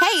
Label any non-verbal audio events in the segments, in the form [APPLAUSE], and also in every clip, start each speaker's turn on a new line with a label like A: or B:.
A: Hey,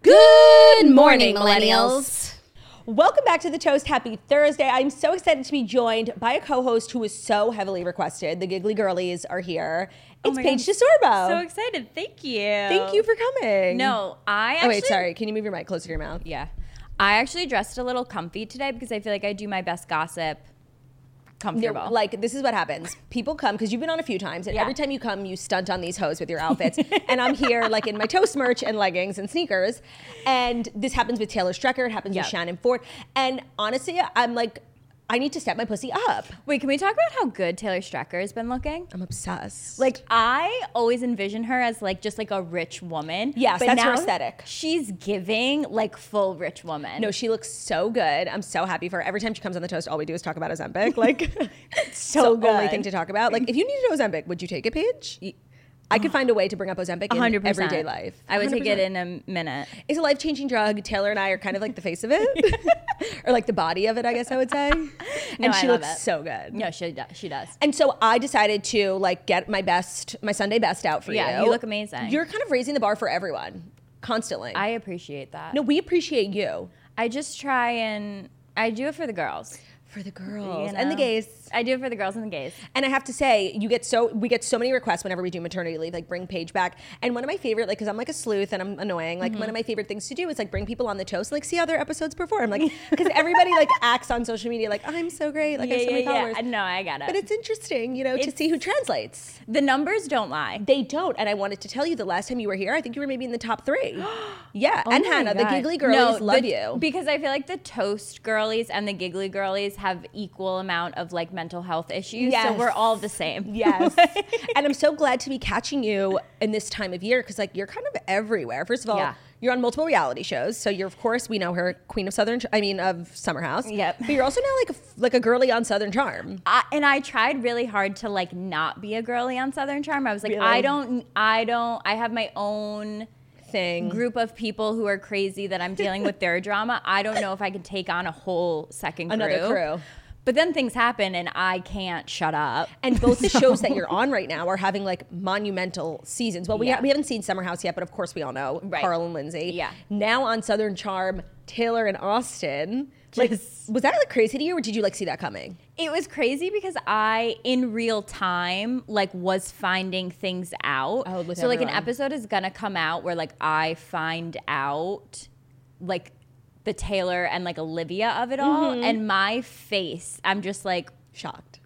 B: Good morning, millennials.
C: Welcome back to the Toast. Happy Thursday. I'm so excited to be joined by a co host who was so heavily requested. The Giggly Girlies are here. It's
B: Oh my
C: Paige
B: God.
C: DeSorbo.
B: So excited. Thank you.
C: Oh. Thank you for coming.
B: No, I actually.
C: Oh, wait, sorry. Can you move your mic closer to your mouth?
B: Yeah. I actually dressed a little comfy today because I feel like I do my best gossip
C: No,
B: comfortable.
C: like this is what happens. People come because you've been on a few times, and
B: Yeah.
C: every time you come, you stunt on these hoes with your
B: [LAUGHS]
C: outfits. and I'm here like in my toast merch and leggings and sneakers. And this happens with Taylor Strecker. It happens
B: Yep.
C: with Shannon Ford. And honestly, I'm like, I need to step my pussy up.
B: wait, can we talk about how good Taylor Strecker has been looking?
C: I'm obsessed.
B: Like I always envision her as like just like a rich woman.
C: Yes,
B: but
C: that's her
B: now
C: aesthetic.
B: She's giving like full rich woman.
C: No, she looks so good. I'm so happy for her. Every time she comes on the toast, all we do is talk about Ozempic.
B: [LAUGHS]
C: Like, it's
B: so
C: the only
B: good.
C: thing to talk about. Like, if you needed Ozempic, would you take it, Paige? I could find a way to bring up Ozempic in
B: Ah, hundred percent
C: everyday life.
B: I would take it
C: 100%.
B: in a minute.
C: It's a life changing drug. Taylor and I are kind of like the face of it,
B: [LAUGHS]
C: [LAUGHS] or like the body of it, I guess I would say. and
B: I
C: she
B: love
C: looks
B: it.
C: so good.
B: No, she does. She does.
C: And so I decided to like get my best, my Sunday best out for you.
B: Yeah, you look amazing.
C: You're kind of raising the bar for everyone constantly.
B: I appreciate that.
C: no, we appreciate you
B: I just try and I do it for the girls.
C: for the girls
B: you
C: and the
B: know?
C: gays.
B: I do it for the girls and the gays.
C: And I have to say, you get so we get so many requests whenever we do maternity leave, like bring Paige back. And one of my favorite, like, because I'm like a sleuth and I'm annoying. Like one of my favorite things to do is like bring people on the toast, and, like see how their episodes perform, like because everybody [LAUGHS] like acts on social media like I'm so great, like I have so many followers.
B: No, I got it.
C: But it's interesting, you know, to see who translates.
B: the numbers don't lie.
C: They don't. And I wanted to tell you the last time you were here, I think you were maybe in the top [GASPS] three. yeah, and
B: Oh my
C: Hannah,
B: God.
C: the giggly girlies
B: No,
C: love
B: the-
C: you.
B: Because I feel like the toast girlies and the giggly girlies have equal amount of like mental health issues. So
C: Yes.
B: we're all the
C: [LAUGHS]
B: same.
C: Yes. and I'm so glad to be catching you in this time of year because, like, you're kind of everywhere. First of all,
B: Yeah.
C: you're on multiple reality shows. So, you're, of course, we know her, Queen of Southern, I mean, of Summer House.
B: Yep.
C: But you're also now like a, f- like a girly on Southern Charm.
B: [LAUGHS] I, and I tried really hard to like not be a girly on Southern Charm. I was like,
C: Really?
B: I don't, I don't, I have my own
C: Thing.
B: group of people who are crazy that I'm dealing with their drama. I don't know if I could take on a whole second
C: Another crew.
B: But then things happen and I can't shut up.
C: And both
B: [LAUGHS]
C: the shows that you're on right now are having like monumental seasons. Well, we,
B: Yeah.
C: ha- we haven't seen Summer House yet, but of course we all know
B: Right.
C: Carl and Lindsay.
B: Yeah.
C: Now on Southern Charm, Taylor and Austin. Like,
B: Just-
C: was that like crazy to you, or did you like see that coming?
B: It was crazy because I, in real time, like was finding things out.
C: Oh, with
B: so like an
C: everyone.
B: episode is gonna come out where like I find out, like the Taylor and like Olivia of it all, and my face, I'm just like
C: Shocked.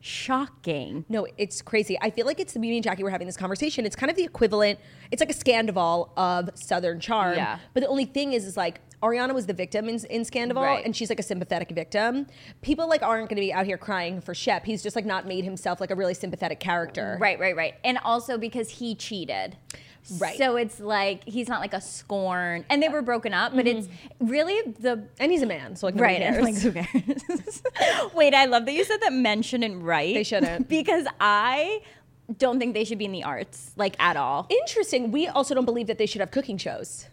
B: shocking.
C: No, it's crazy. I feel like it's me and Jackie were having this conversation. It's kind of the equivalent. It's like a Scandival of Southern Charm.
B: Yeah.
C: But the only thing is, is like Ariana was the victim in, in Scandival,
B: Right.
C: and she's like a sympathetic victim. People like aren't going to be out here crying for Shep. He's just like not made himself like a really sympathetic character.
B: Right, right, right. And also because he cheated.
C: Right.
B: So it's like he's not like a scorn. And they were broken up, but it's really the
C: And he's a man, so like nobody
B: Right. [LAUGHS]
C: cares.
B: and, Like, who cares? [LAUGHS] Wait, I love that you said that men shouldn't write.
C: They shouldn't.
B: [LAUGHS] Because I don't think they should be in the arts, like at all.
C: Interesting. We also don't believe that they should have cooking shows,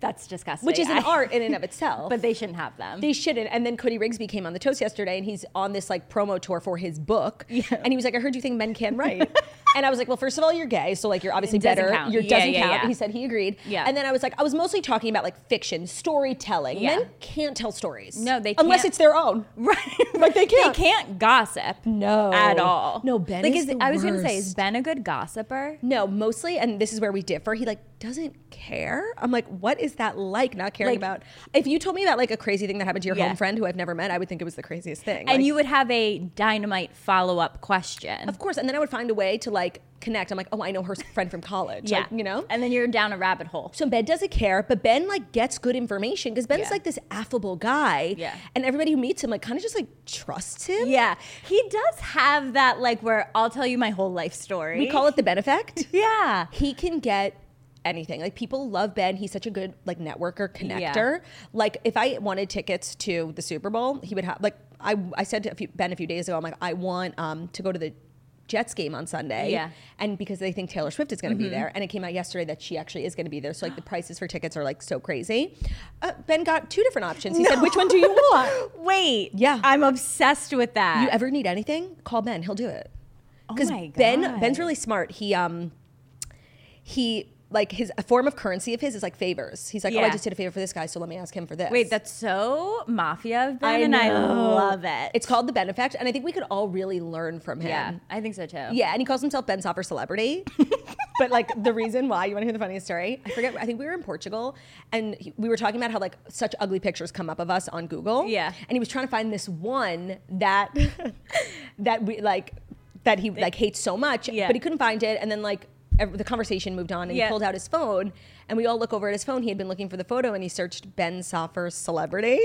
B: That's disgusting.
C: which is an
B: I-
C: art in and of itself.
B: [LAUGHS] But they shouldn't have them.
C: They shouldn't. And then Cody Rigsby came on the toast yesterday and he's on this like promo tour for his book. And he was like, I heard you think men can write.
B: [LAUGHS]
C: and I was like, Well, first of all, you're gay. So like you're obviously
B: It doesn't
C: better.
B: count.
C: Your
B: Yeah,
C: doesn't
B: yeah,
C: count.
B: yeah.
C: He said he agreed.
B: Yeah.
C: And then I was like, I was mostly talking about like fiction, storytelling.
B: Yeah.
C: Men can't tell stories.
B: No, they
C: Unless
B: can't.
C: it's their own.
B: [LAUGHS] right.
C: [LAUGHS] Like, they can't.
B: They can't gossip.
C: No.
B: At all.
C: No, Ben
B: Like
C: is the
B: I was gonna say, is
C: worst.
B: Ben a good gossiper?
C: No, mostly, and this is where we differ, he like doesn't care. I'm like, what is that like? Not caring
B: Like-
C: about. If you told me about like a crazy thing that happened to your
B: Yeah.
C: home friend who I've never met, I would think it was the craziest thing.
B: and
C: Like,
B: you would have a dynamite follow up question.
C: of course, and then I would find a way to like connect. I'm like, oh, I know her friend from college. Like, you know.
B: And then you're down a rabbit hole.
C: So Ben doesn't care, but Ben like gets good information because Ben's
B: Yeah.
C: like this affable guy,
B: Yeah.
C: and everybody who meets him like kind of just like trusts him.
B: Yeah, he does have that like where I'll tell you my whole life story.
C: we call it the benefect.
B: yeah.
C: he can get anything. Like people love Ben. He's such a good like networker connector. Like if I wanted tickets to the Super Bowl, he would have like I I said to a few, Ben a few days ago, I'm like I want um to go to the Jets game on Sunday.
B: Yeah.
C: And because they think Taylor Swift is going to be there and it came out yesterday that she actually is going to be there. So like the prices for tickets are like so crazy. Uh, ben got two different options. He said, "Which one do you want?"
B: Wait.
C: Yeah.
B: I'm obsessed with that. Oh
C: you ever need anything, call Ben. He'll do it. Because
B: my
C: Ben,
B: God.
C: Ben's really smart. He um, he like his a form of currency of his is like favors. He's like, oh, I
B: Yeah.
C: just did a favor for this guy, so let me ask him for this.
B: Wait, that's so mafia of Ben, and I
C: know.
B: love it.
C: It's called the benefactor, and I think we could all really learn from him.
B: yeah. I think so too.
C: Yeah, and he calls himself Ben Soffer
B: [LAUGHS]
C: Celebrity. but like the reason why, you want to hear the funniest story? I forget. I think we were in Portugal, and he- we were talking about how like such ugly pictures come up of us on Google.
B: Yeah.
C: and he was trying to find this one that [LAUGHS] that we like that he like hates so much.
B: Yeah.
C: but he couldn't find it, and then like. ev- The conversation moved on, and he
B: Yeah.
C: pulled out his phone, and we all look over at his phone. He had been looking for the photo, and he searched Ben Soffer
B: [LAUGHS]
C: celebrity,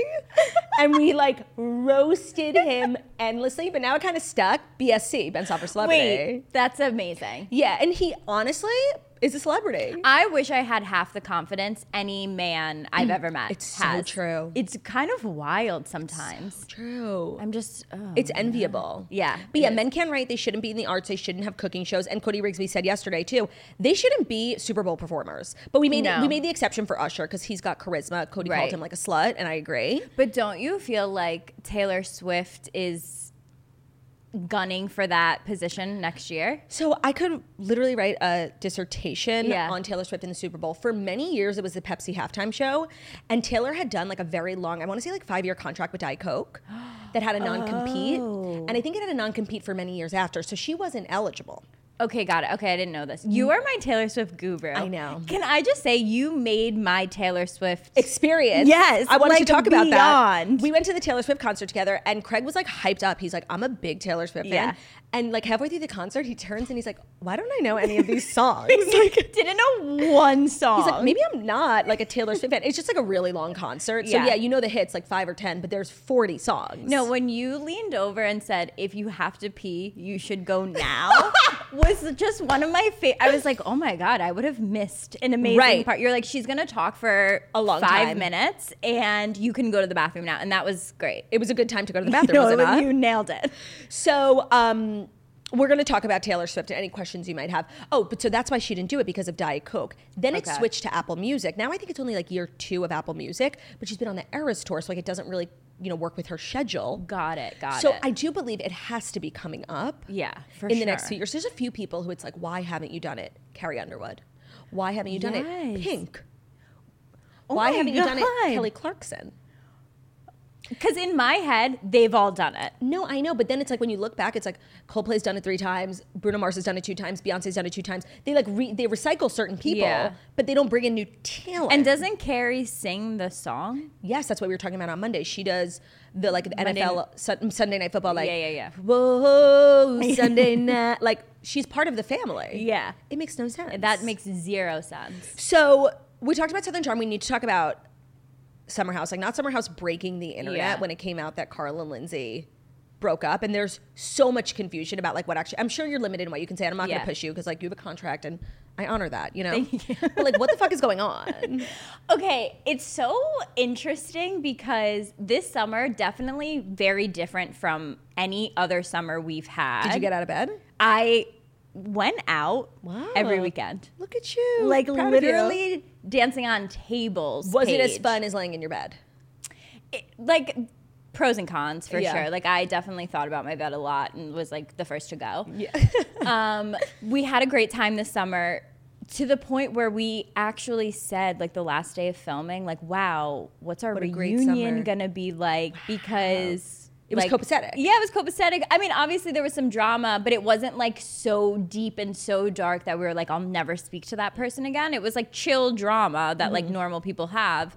C: and we like roasted him endlessly. But now it kind of stuck. BSC Ben Soffer celebrity.
B: Wait, that's amazing.
C: Yeah, and he honestly is a celebrity.
B: I wish I had half the confidence any man I've ever met.
C: Mm. It's so
B: has.
C: true.
B: It's kind of wild sometimes.
C: True.
B: I'm just. Oh.
C: It's enviable.
B: Yeah,
C: But
B: it
C: yeah,
B: is.
C: men can write. They shouldn't be in the arts. They shouldn't have cooking shows. And Cody Rigsby said yesterday too, they shouldn't be Super Bowl performers. But we made
B: No.
C: we made the exception for Usher because he's got charisma. Cody called
B: Right.
C: him like a slut, and I agree.
B: But don't you feel like Taylor Swift is gunning for that position next year?
C: So I could literally write a dissertation
B: Yeah.
C: on Taylor Swift and the Super Bowl. For many years, it was the Pepsi halftime show, and Taylor had done like a very long, I want to say like five year contract with Diet
B: [GASPS]
C: Coke that had a non compete,
B: Oh.
C: and I think it had a non compete for many years after. So she wasn't eligible.
B: Okay, got it. Okay, I didn't know this. You are my Taylor Swift guru.
C: Mm. I know.
B: Can I just say you made my Taylor Swift [LAUGHS]
C: Experience.
B: Yes,
C: I wanted to
B: like,
C: talk about that.
B: beyond.
C: We went to the Taylor Swift concert together, and Craig was like hyped up. He's like, "I'm a big Taylor Swift
B: Yeah.
C: fan," and like halfway through the concert, he turns and he's like, "Why don't I know any of
B: [LAUGHS]
C: these songs?" Like,
B: didn't know one song.
C: He's like, maybe I'm not like a Taylor Swift fan. It's just like a really long concert. So
B: Yeah.
C: yeah. you know the hits like five or ten, but there's 40 songs.
B: no, when you leaned over and said, "If you have to pee, you should go now,"
C: [LAUGHS]
B: was just one of my favorite. I was like, "Oh my god, I would have missed an amazing
C: Right.
B: part." You're like, "She's gonna talk for
C: A long
B: five
C: time.
B: minutes, and you can go to the bathroom now," and that was
C: [LAUGHS]
B: great.
C: it was a good time to go to the bathroom, was it
B: [LAUGHS] No,
C: not?
B: you nailed it.
C: so um, we're going to talk about Taylor Swift and any questions you might have. Oh, but so that's why she didn't do it because of Diet Coke. Then it
B: Okay.
C: switched to Apple Music. Now I think it's only like year two of Apple Music, but she's been on the Eras tour, so like it doesn't really you know work with her schedule.
B: Got it. Got
C: so
B: it.
C: I do believe it has to be coming up.
B: Yeah, for
C: in the next
B: sure.
C: few years, there's a few people who it's like, why haven't you done it, Carrie Underwood? Why haven't you done it,
B: Yes. Oh
C: Pink? why
B: my
C: haven't you done
B: God.
C: it, Kelly Clarkson?
B: because in my head, they've all done it.
C: No, I know, but then it's like when you look back, it's like Coldplay's done it three times, Bruno Mars has done it two times, Beyonce's done it two times. They like re- they recycle certain people,
B: Yeah.
C: but they don't bring in new talent.
B: And doesn't Carrie sing the song?
C: Yes, that's what we were talking about on Monday. She does the like the
B: Monday
C: NFL Sun- Sunday Night Football, like
B: Yeah, yeah, yeah.
C: [LAUGHS] Whoa, Sunday night, like she's part of the family.
B: Yeah.
C: it makes no sense.
B: That makes zero sense.
C: so. We talked about Southern Charm. We need to talk about Summer House, like not Summer House breaking the internet
B: Yeah.
C: when it came out that Carl and Lindsay broke up, and there's so much confusion about like what actually. I'm sure you're limited in what you can say, and I'm not
B: Yeah.
C: going to push you because like you have a contract, and I honor that, you know. [LAUGHS] But like, what the fuck is going [LAUGHS] on?
B: Okay, it's so interesting because this summer definitely very different from any other summer we've had.
C: Did you get out of bed?
B: I went out
C: Wow.
B: every weekend.
C: Look at you,
B: Like
C: Proud of you.
B: literally dancing on tables.
C: Was it as
B: page.
C: fun as laying in your bed?
B: it- like pros and cons for
C: Yeah.
B: sure. Like I definitely thought about my bed a lot and was like the first to go. Yeah. [LAUGHS] um, we had a great time this summer to the point where we actually said like the last day of filming, like, wow, what's our
C: What a great
B: reunion
C: summer.
B: gonna be like? Because
C: It was copacetic.
B: Yeah, it was copacetic. I mean, obviously there was some drama, but it wasn't like so deep and so dark that we were like, I'll never speak to that person again. It was like chill drama that
C: Mm-hmm.
B: like normal people have.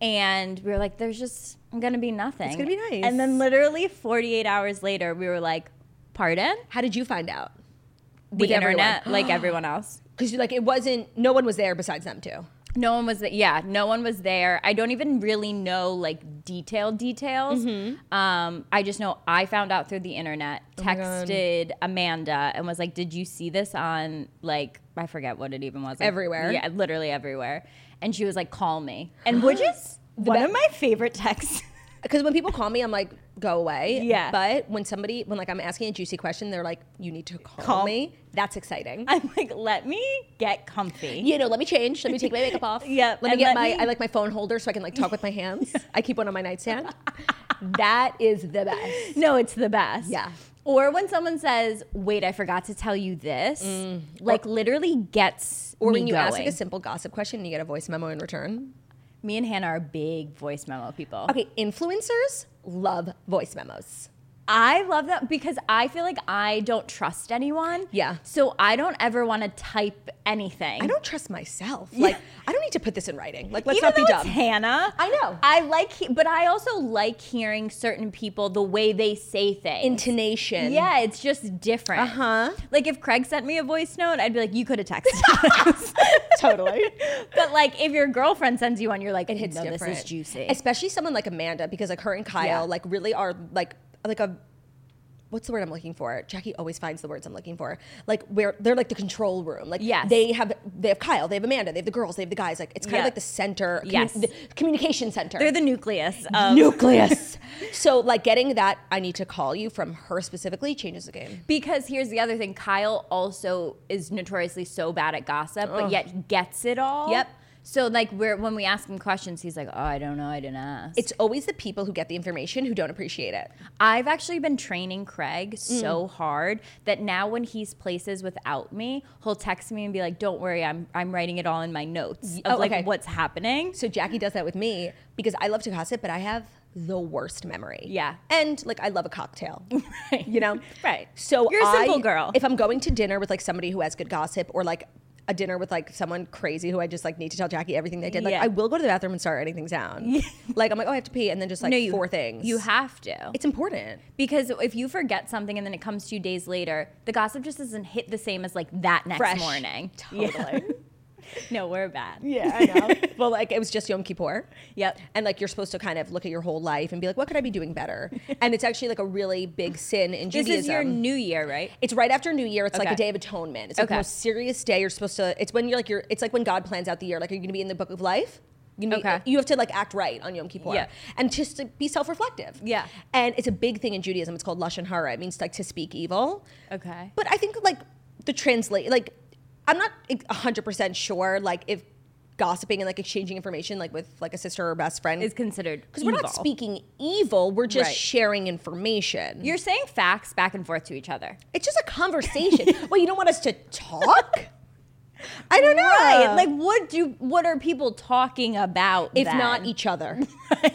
B: And we were like, there's just gonna be nothing.
C: gonna be nice.
B: And then literally 48 hours later, we were like, pardon?
C: How did you find out?
B: The
C: With everyone. [GASPS]
B: internet, like everyone else.
C: Because like it wasn't. No one was there besides them two.
B: No one was there. Yeah, no one was there. I don't even really know like detailed details. Um, I just know I found out through the internet, texted Amanda, and was like, "Did you see this on like I forget what it even was like,
C: Everywhere.
B: Yeah, literally everywhere." And she was like, "Call me," and which is [GASPS] one of my favorite texts.
C: Because when people call me, I'm like, go away.
B: Yeah.
C: But when somebody, when like I'm asking a juicy question, they're like, you need to call,
B: Call-
C: me. That's exciting.
B: [LAUGHS] I'm like, "Let me get comfy."
C: [LAUGHS] you know, let me change. Let me take my
B: [LAUGHS]
C: makeup off.
B: Yeah,
C: Let me
B: and
C: get
B: let
C: my.
B: me-
C: I like my phone holder so I can like talk with my
B: [LAUGHS]
C: hands. I keep one on my nightstand. that is the best.
B: No, it's the best.
C: Yeah.
B: Or when someone says, "Wait, I forgot to tell you this," like literally gets
C: Or
B: me
C: when you ask like
B: going.
C: a simple gossip question and you get a voice memo in return.
B: Me and Hannah are big voice memo people.
C: Okay, influencers love voice memos.
B: I love that because I feel like I don't trust anyone.
C: Yeah.
B: So I don't ever want to type anything.
C: I don't trust myself. Like I don't need to put this in writing. Like let's
B: Even
C: not be
B: though
C: dumb.
B: It's Hannah.
C: I know.
B: I like, he- but I also like hearing certain people the way they say things.
C: Intonation.
B: Yeah, it's just different. Uh huh. Like if Craig sent me a voice note, I'd be like, "You could have [LAUGHS] texted." us."
C: totally.
B: but like if your girlfriend sends you one, you're like,
C: It hits
B: no,
C: different.
B: this is juicy."
C: Especially someone like Amanda because like her and Kyle
B: Yeah.
C: like really are like like a what's the word I'm looking for? Jackie always finds the words I'm looking for. Like where they're like the control room. Like
B: Yes.
C: they have they have Kyle, they have Amanda, they have the girls, they have the guys. Like it's kind
B: Yeah.
C: of like the center commu-
B: Yes.
C: the communication center.
B: They're the nucleus of
C: nucleus. so like getting that I need to call you from her specifically changes the game.
B: Because here's the other thing Kyle also is notoriously so bad at gossip, but yet gets it all.
C: Yep.
B: So, like, we're, when we ask him questions, he's like, oh, I don't know, I didn't ask.
C: It's always the people who get the information who don't appreciate it.
B: I've actually been training Craig
C: Mm.
B: so hard that now when he's places without me, he'll text me and be like, don't worry, I'm, I'm writing it all in my notes of
C: oh,
B: like
C: okay.
B: what's happening.
C: So Jackie does that with me because I love to gossip, but I have the worst memory.
B: Yeah.
C: And like I love a cocktail. You know?
B: [LAUGHS] Right.
C: So
B: You're a simple
C: I-
B: girl.
C: If I'm going to dinner with like somebody who has good gossip or like a dinner with like someone crazy who I just like need to tell Jackie everything they did, like
B: Yeah.
C: I will go to the bathroom and start writing things down. like I'm like, oh I have to pee and then just like
B: No, you-
C: four things.
B: You have to.
C: it's important.
B: because if you forget something and then it comes to you days later, the gossip just doesn't hit the same as like that next
C: Fresh.
B: morning.
C: Totally. Yeah,
B: [LAUGHS] No, we're bad.
C: [LAUGHS] I know. well, like it was just Yom Kippur.
B: Yep.
C: and like you're supposed to kind of look at your whole life and be like, what could I be doing
B: [LAUGHS]
C: better? and it's actually like a really big sin in
B: This
C: Judaism.
B: is your new year, right?
C: it's right after New Year. It's like
B: Okay.
C: a day of atonement. It's like the
B: Okay.
C: most serious day. You're supposed to. It's when you're like you're. It's like when God plans out the year. Like, are you going to be in the Book of Life? You, gonna be-
B: Okay.
C: you have to like act right on Yom Kippur,
B: Yeah.
C: and just to be self-reflective.
B: Yeah.
C: and it's a big thing in Judaism. It's called lashon hara. It means like to speak evil.
B: Okay.
C: But I think like the translate like I'm not hundred percent sure like if gossiping and like exchanging information like with like a sister or best friend
B: is considered
C: because we're not
B: evil.
C: speaking evil. We're just
B: Right.
C: sharing information.
B: You're saying facts back and forth to each other.
C: it's just a
B: [LAUGHS]
C: conversation. well, you don't want us to talk. I don't know.
B: Right. Like what do what are people talking about
C: if
B: then?
C: not each
B: [LAUGHS]
C: other,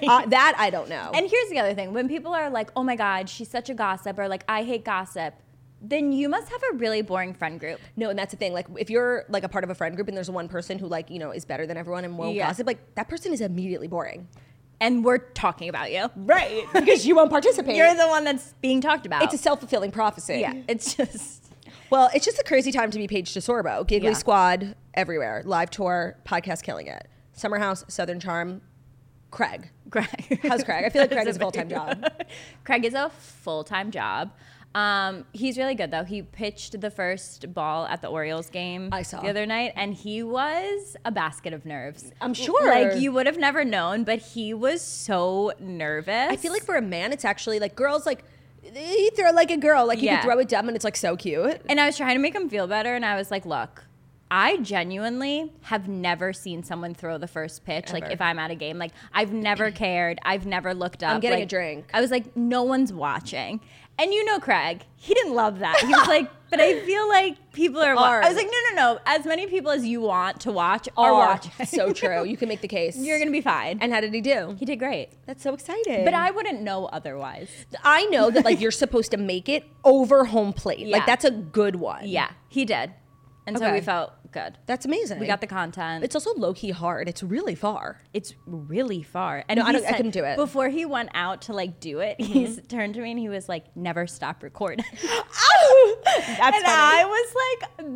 C: Uh, that I don't know.
B: e-, And here's the other thing. When people are like, "Oh my god, she's such a gossip," or like, "I hate gossip," then you must have a really boring friend group.
C: no, and that's the thing. Like, if you're like a part of a friend group and there's one person who like you know is better than everyone and won't
B: Yeah.
C: gossip, like that person is immediately boring. [LAUGHS]
B: And we're talking about you.
C: Right. because you won't participate.
B: [LAUGHS] You're the one that's being talked about.
C: it's a self fulfilling prophecy.
B: yeah. [LAUGHS] It's just
C: Well, it's just a crazy time to be Paige DeSorbo. Giggly
B: Yeah.
C: Squad everywhere. Live tour, podcast killing it. Summer House, Southern Charm, Craig.
B: Craig.
C: How's Craig? I feel
B: [LAUGHS]
C: like Craig is a full time job.
B: Craig is a full time job. Um, he's really good though. He pitched the first ball at the Orioles game
C: I saw.
B: the other night, and he was a basket of nerves.
C: I'm sure.
B: Like you would have never known, but he was so nervous.
C: I feel like for a man, it's actually like girls like they throw like a girl. Like you
B: Yeah.
C: could throw a dumb and it's like so cute.
B: and I was trying to make him feel better, and I was like, look. I genuinely have never seen someone throw the first pitch. Like if I'm at a game, like I've never [CLEARS THROAT] cared. I've never looked up.
C: getting a
B: like,
C: drink.
B: I was like, no one's watching. And you know, Craig, he didn't love that. He was like, But I feel like people are. wa-
C: Are.
B: I was like, no, no, no. As many people as you want to watch are,
C: Or watch.
B: [LAUGHS] watching.
C: [LAUGHS] so true. You can [LAUGHS] make the case.
B: You're gonna be fine.
C: And how did he do?
B: he did great.
C: That's so exciting.
B: But I wouldn't know otherwise.
C: I know that like you're supposed to make it over home plate. Like
B: Yeah.
C: that's a good one.
B: Yeah, he did. And so
C: Okay.
B: we felt good.
C: That's amazing.
B: We got the content.
C: It's also low key hard. It's really far.
B: it's really far. And
C: No, I
B: he
C: don't- I
B: said-
C: couldn't do it. Mm-hmm.
B: Before he went out to like do it, he s- turned to me and he was like, "Never stop recording."
C: [LAUGHS] That's
B: and I was like,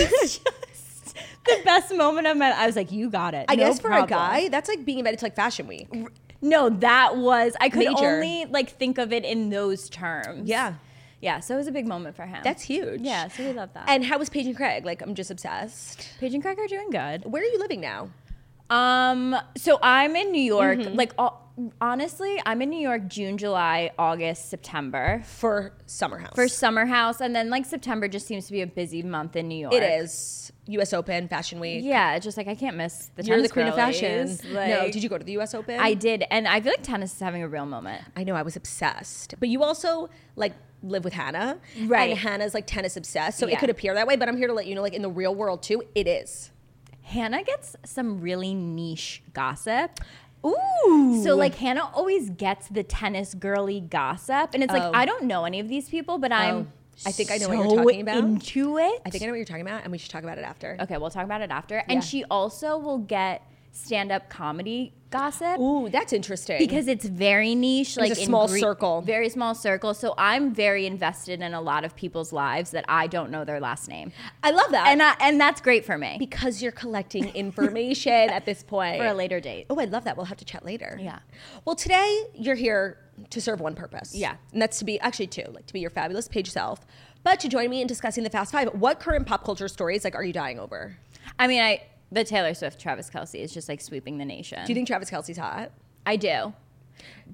C: [LAUGHS]
B: is just the best moment of my." I was like, "You got it."
C: I
B: No
C: guess for a
B: problem."
C: guy, that's like being invited to like fashion week.
B: no, that was I could
C: Major.
B: only like think of it in those terms.
C: Yeah.
B: yeah. So it was a big moment for him.
C: That's huge.
B: Yeah, so we love that.
C: And how was Paige and Craig? Like I'm just obsessed.
B: Paige and Craig are doing good.
C: Where are you living now?
B: Um, so I'm in New York.
C: Mm-hmm.
B: Like, all, honestly, I'm in New York June, July, August, September
C: For summer house.
B: for summer house, and then like September just seems to be a busy month in New York.
C: it is U.S. Open Fashion Week.
B: Yeah, it's just like I can't miss the.
C: You're the
B: tennis
C: queen of fashion.
B: girlies.
C: no,
B: Like,
C: did you go to the U.S. Open?
B: I did, and I feel like tennis is having a real moment.
C: I know I was obsessed. But you also like live with Hannah,
B: Right.
C: And Hannah's like tennis obsessed, so
B: Yeah.
C: it could appear that way. But I'm here to let you know, like in the real world too, it is.
B: Hannah gets some really niche gossip.
C: Ooh.
B: So like Hannah always gets the tennis girly gossip, and it's
C: Oh.
B: like I don't know any of these people, but
C: Oh.
B: I'm.
C: I think I know what you're
B: so
C: talking about.
B: Into it.
C: I think I know what you're talking about, and we should talk about it after.
B: Okay, we'll talk about it after. And she also will get stand-up comedy gossip
C: Ooh, that's interesting.
B: because it's very niche, like
C: a
B: in
C: small circle.
B: very small circle. So I'm very invested in a lot of people's lives that I don't know their last name,
C: I love that.
B: and I, and that's great for me
C: because you're collecting information at this [LAUGHS] point.
B: for a later date.
C: Oh, I love that. We'll have to chat later.
B: Yeah.
C: Well, today you're here to serve one purpose.
B: Yeah.
C: And that's to be actually two, like to be your fabulous page self, but to join me in discussing the Fast Five. What current pop culture stories like are you dying over?
B: I mean, I the Taylor Swift, Travis Kelsey is just like sweeping the nation.
C: Do you think Travis Kelsey's hot?
B: I do.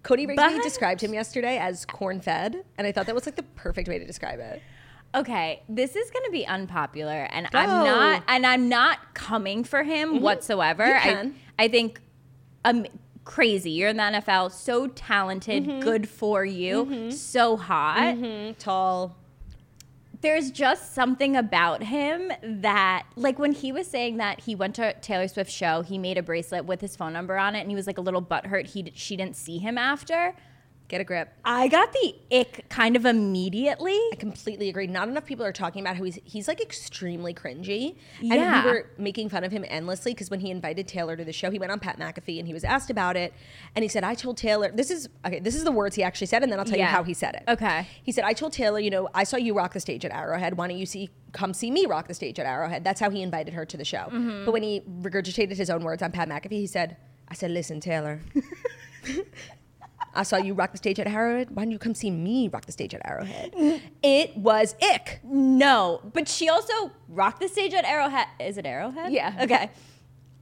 C: Cody Rigsby
B: But-
C: described him yesterday as corn fed, and I thought that was like the perfect way to describe it.
B: Okay, this is going to be unpopular, and I'm not, and I'm not coming for him whatsoever.
C: You can.
B: I, I think, um, crazy. You're in the NFL, so talented, good for you, so hot.
C: Tall.
B: There's just something about him that, like, when he was saying that he went to a Taylor Swift show, he made a bracelet with his phone number on it, and he was like a little butthurt. He d- she didn't see him after.
C: Get a grip.
B: I got the ick kind of immediately.
C: I completely agree. Not enough people are talking about how he's he's like extremely cringy. And
B: Yeah.
C: we were making fun of him endlessly because when he invited Taylor to the show, he went on Pat McAfee and he was asked about it. And he said, I told Taylor, this is okay, this is the words he actually said, and then I'll tell
B: Yeah.
C: you how he said it.
B: Okay.
C: He said, I told Taylor, you know, I saw you rock the stage at Arrowhead. Why don't you see come see me rock the stage at Arrowhead? That's how he invited her to the show.
B: Mm-hmm.
C: But when he regurgitated his own words on Pat McAfee, he said, I said, listen,
B: [LAUGHS]
C: Taylor. I saw you rock the stage at Arrowhead. Why don't you come see me rock the stage at Arrowhead? It was ick.
B: No, but she also rocked the stage at Arrowhead. Is it Arrowhead?
C: Yeah.
B: Okay.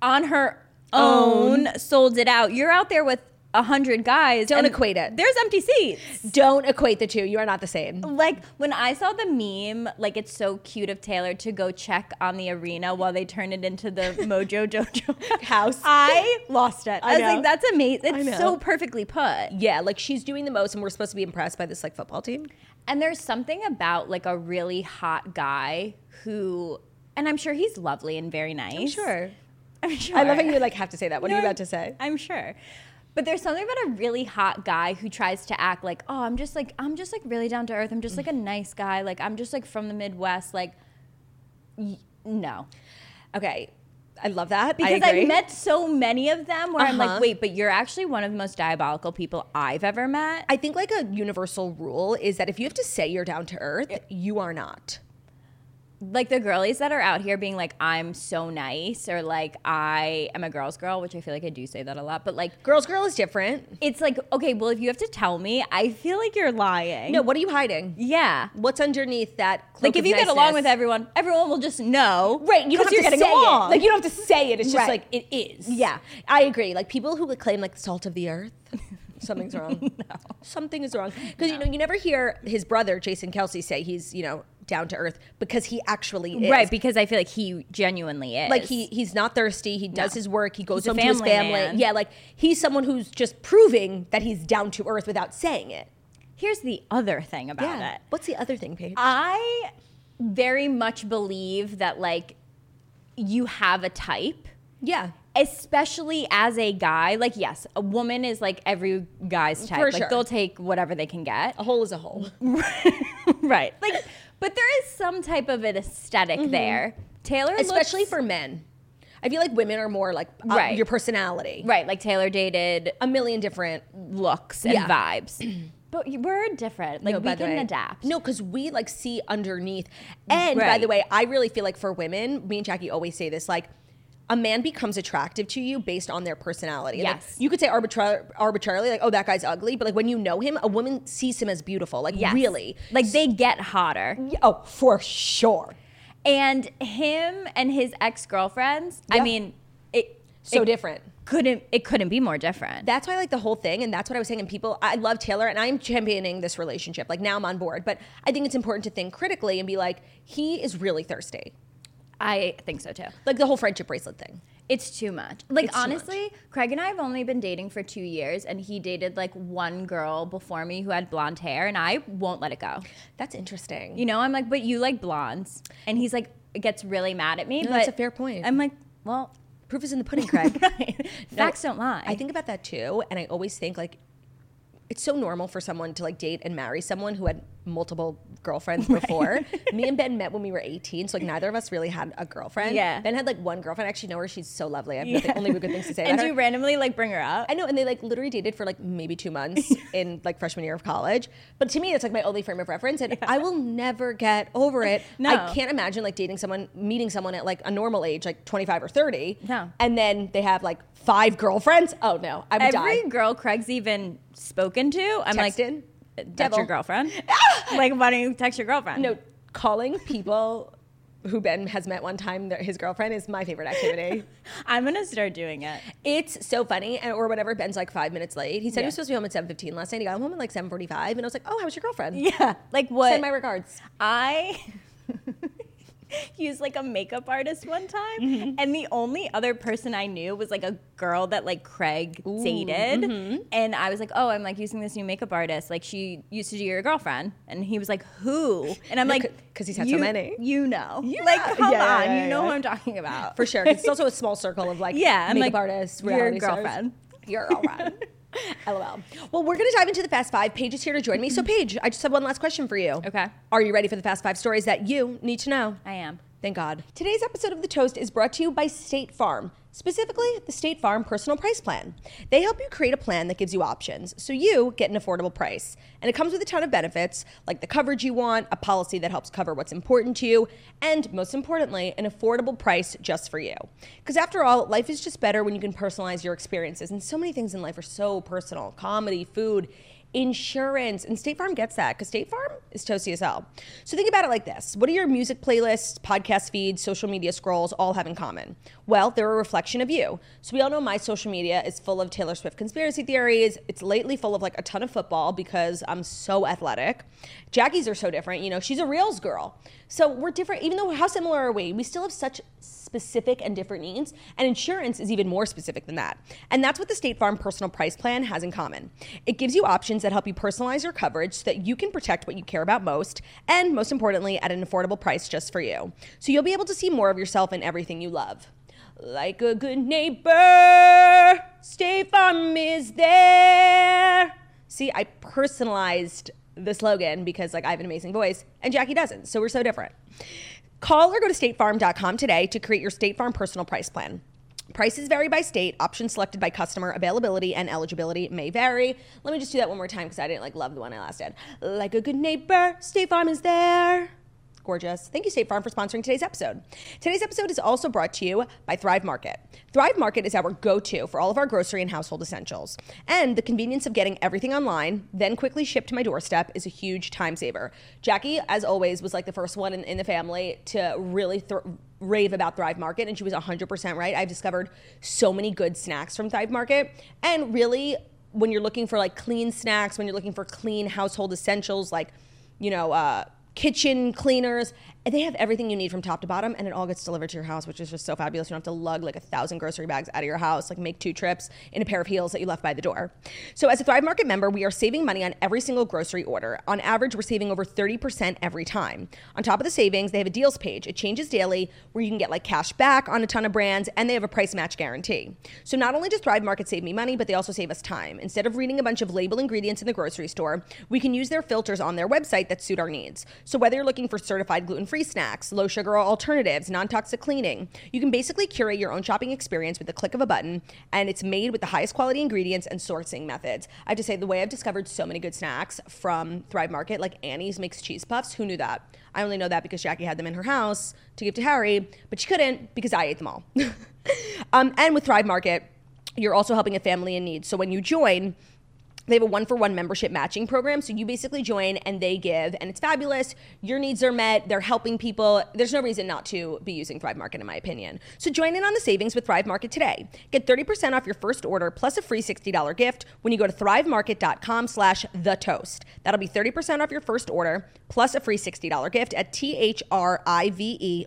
B: On her own, sold it out. You're out there with a hundred guys.
C: Don't
B: and
C: equate it.
B: There's empty seats.
C: Don't equate the two. You are not the same.
B: Like when I saw the meme, like it's so cute of Taylor to go check on the arena while they turn it into the
C: [LAUGHS]
B: Mojo Jojo
C: House.
B: [LAUGHS] I lost it. I, was
C: know.
B: like, that's amazing.
C: I know.
B: It's so perfectly put.
C: Yeah, like she's doing the most, and we're supposed to be impressed by this like football team.
B: And there's something about like a really hot guy who, and I'm sure he's lovely and very nice. [LAUGHS] I'm sure.
C: I love how you like have to say that. What are you about to say?
B: I'm sure. But there's something about a really hot guy who tries to act like, oh, I'm just like, I'm just like really down to earth. I'm just like a nice guy. Like, I'm just like from the Midwest. Like, y- no.
C: Okay, I love that
B: Because
C: I
B: I've
C: agree.
B: met so many of them where I'm
C: Uh-huh.
B: like, wait, but you're actually one of the most diabolical people I've ever met.
C: I think like a universal rule is that if you have to say you're down to earth, you are not.
B: like the girlies that are out here being like, I'm so nice or like, I am a girl's girl, which I feel like I do say that a lot, but like,
C: Girls, girl is different.
B: it's like, okay, well, if you have to tell me, I feel like you're lying.
C: No, what are you hiding?
B: Yeah.
C: What's underneath that? Cloak
B: like if
C: of
B: you get along
C: niceness?
B: with everyone, everyone will just know.
C: Right, you don't
B: 'cause
C: have to say it. Like you don't have to say it. It's just
B: Right.
C: like it is. Yeah, I agree. Like people who would claim like salt of the
B: [LAUGHS]
C: earth, something's wrong. Something is wrong because you know you never hear his brother Jason Kelsey say he's you know down to earth because he actually is.
B: right, because I feel like he genuinely is.
C: Like he he's not thirsty. He does his work. He goes
B: He's a
C: home to his
B: family
C: family.
B: man.
C: Yeah, like he's someone who's just proving that he's down to earth without saying it.
B: Here's the other thing about it. Uh,
C: What's the other thing, Paige?
B: I very much believe that like you have a type
C: Yeah.
B: especially as a guy like yes a woman is like every guy's type
C: For
B: like
C: sure.
B: they'll take whatever they can get
C: [LAUGHS] A hole is a hole.
B: right like but there is some type of an esthetic there taylor
C: Mm-hmm. Especially
B: looks-
C: for men. I feel like women are more like uh,
B: Right.
C: your personality.
B: right like taylor dated
C: A million different
B: looks and
C: Yeah.
B: vibes [CLEARS THROAT] but you- we're different like
C: No,
B: we
C: by the
B: can
C: way.
B: adapt
C: No, because we like see underneath. And by
B: Right.
C: the way, I really feel like for women, me and Jackie always say this like, a man becomes attractive to you based on their personality. Like,
B: Yes.
C: you could say arbitrar- arbitrarily, like, oh, that guy's ugly. But like when you know him, a woman sees him as beautiful. Like,
B: Yes.
C: really?
B: like they get hotter
C: Oh, for sure.
B: and him and his ex-girlfriends i
C: Yeah.
B: mean it
C: So
B: it
C: different.
B: couldn't it couldn't be more different
C: That's why I like the whole thing, and that's what I was saying. And people, I love Taylor, and I'm championing this relationship. Like now, I'm on board, but I think it's important to think critically and be like, he is really thirsty.
B: i think so too
C: Like the whole friendship bracelet thing.
B: It's too much. Like
C: It's too much.
B: honestly, Craig and I have only been dating for two years, and he dated like one girl before me who had blonde hair, and I won't let it go.
C: That's interesting.
B: You know, I'm like, but you like blondes, and he's like, gets really mad at me.
C: No,
B: but
C: that's a fair point.
B: I'm like, well, [LAUGHS]
C: Proof is in the pudding, Craig.
B: facts don't lie.
C: I think about that too, and I always think like it's so normal for someone to like date and marry someone who had multiple girlfriends
B: [LAUGHS]
C: before. Me and Ben met when we were 18, so like neither of us really had a girlfriend.
B: Yeah.
C: Ben had like one girlfriend. I actually know her. She's so lovely. I have nothing, only good things to say
B: [LAUGHS] and
C: about
B: do you
C: her.
B: randomly like bring her up?
C: I know, and they like literally dated for like maybe two
B: [LAUGHS]
C: months in like freshman year of college. But to me, it's like my only frame of reference, and I will never get over it.
B: [LAUGHS] No.
C: I can't imagine like dating someone, meeting someone at like a normal age, like twenty five or thirty.
B: No.
C: and then they have like five girlfriends. Oh no, I would
B: Every
C: die.
B: girl Craig's even spoken to, I'm
C: Texted?
B: like, that's
C: Devil.
B: your girlfriend. like, why don't you text your girlfriend?
C: No, calling people who Ben has met one time their, his girlfriend is my favorite
B: [LAUGHS]
C: activity.
B: I'm gonna start doing it.
C: It's so funny, and or whenever Ben's like five minutes late. He said he
B: Yeah.
C: was supposed to be home at seven fifteen last night. He got home at like seven forty five, and I was like, "Oh, how was your girlfriend?"
B: Yeah, like what?
C: Send my regards.
B: I [LAUGHS] used like a makeup artist one time,
C: Mm-hmm.
B: and the only other person I knew was like a girl that like Craig dated,
C: mm-hmm.
B: and I was like, "Oh, I'm like using this new makeup artist. Like she used to do your girlfriend," and he was like, "Who?" And I'm
C: No,
B: like,
C: 'cause- 'cause he's had so
B: "You-
C: many."
B: You know, like
C: know.
B: come
C: Yeah, yeah,
B: on,
C: yeah,
B: you know
C: yeah.
B: who I'm talking about
C: for sure. 'cause It's also a small circle of like [LAUGHS]
B: Yeah, I'm
C: makeup
B: like,
C: artists,
B: your
C: reality stars.
B: girlfriend.
C: your girlfriend. [LAUGHS] LOL. Well, we're gonna dive into the Fast Five. Paige is here to join me. So, Paige, I just have one last question for you.
B: Okay.
C: Are you ready for the Fast Five stories that you need to know?
B: I am.
C: Thank God. Today's episode of The Toast is brought to you by State Farm, specifically the State Farm Personal Price Plan. They help you create a plan that gives you options so you get an affordable price. And it comes with a ton of benefits like the coverage you want, a policy that helps cover what's important to you, and most importantly, an affordable price just for you. Because after all, life is just better when you can personalize your experiences. And so many things in life are so personal comedy, food insurance. And State Farm gets that because State Farm is Toast CSL. So think about it like this What do your music playlists, podcast feeds, social media scrolls all have in common? Well, they're a reflection of you. So we all know my social media is full of Taylor Swift conspiracy theories. It's lately full of like a ton of football because I'm so athletic. Jackie's are so different. You know, she's a Reels girl. So we're different. Even though how similar are we? We still have such specific and different needs, and insurance is even more specific than that. And that's what the State Farm Personal Price Plan has in common. It gives you options that help you personalize your coverage so that you can protect what you care about most, and most importantly, at an affordable price just for you. So you'll be able to see more of yourself in everything you love. Like a good neighbor, State Farm is there. See, I personalized the slogan because like I have an amazing voice and Jackie doesn't, so we're so different. Call or go to statefarm.com today to create your State Farm personal price plan. Prices vary by state, options selected by customer, availability and eligibility may vary. Let me just do that one more time because I didn't like love the one I last did. Like a good neighbor, State Farm is there. Gorgeous. Thank you, State Farm, for sponsoring today's episode. Today's episode is also brought to you by Thrive Market. Thrive Market is our go to for all of our grocery and household essentials. And the convenience of getting everything online, then quickly shipped to my doorstep, is a huge time saver. Jackie, as always, was like the first one in, in the family to really thr rave about Thrive Market, and she was 100% right. I've discovered so many good snacks from Thrive Market, and really, when you're looking for like clean snacks, when you're looking for clean household essentials, like you know, uh, kitchen cleaners, And they have everything you need from top to bottom, and it all gets delivered to your house, which is just so fabulous. You don't have to lug like a thousand grocery bags out of your house, like make two trips in a pair of heels that you left by the door. So, as a Thrive Market member, we are saving money on every single grocery order. On average, we're saving over 30% every time. On top of the savings, they have a deals page. It changes daily where you can get like cash back on a ton of brands, and they have a price match guarantee. So, not only does Thrive Market save me money, but they also save us time. Instead of reading a bunch of label ingredients in the grocery store, we can use their filters on their website that suit our needs. So, whether you're looking for certified gluten free snacks, low sugar alternatives, non toxic cleaning, you can basically curate your own shopping experience with the click of a button, and it's made with the highest quality ingredients and sourcing methods. I have to say, the way I've discovered so many good snacks from Thrive Market, like Annie's makes cheese puffs, who knew that? I only know that because Jackie had them in her house to give to Harry, but she couldn't because I ate them all. [LAUGHS] um, and with Thrive Market, you're also helping a family in need. So when you join, they have a one for one membership matching program. So you basically join and they give, and it's fabulous. Your needs are met. They're helping people. There's no reason not to be using Thrive Market, in my opinion. So join in on the savings with Thrive Market today. Get 30% off your first order plus a free $60 gift when you go to thrivemarket.com slash the toast. That'll be 30% off your first order plus a free $60 gift at T H R I V E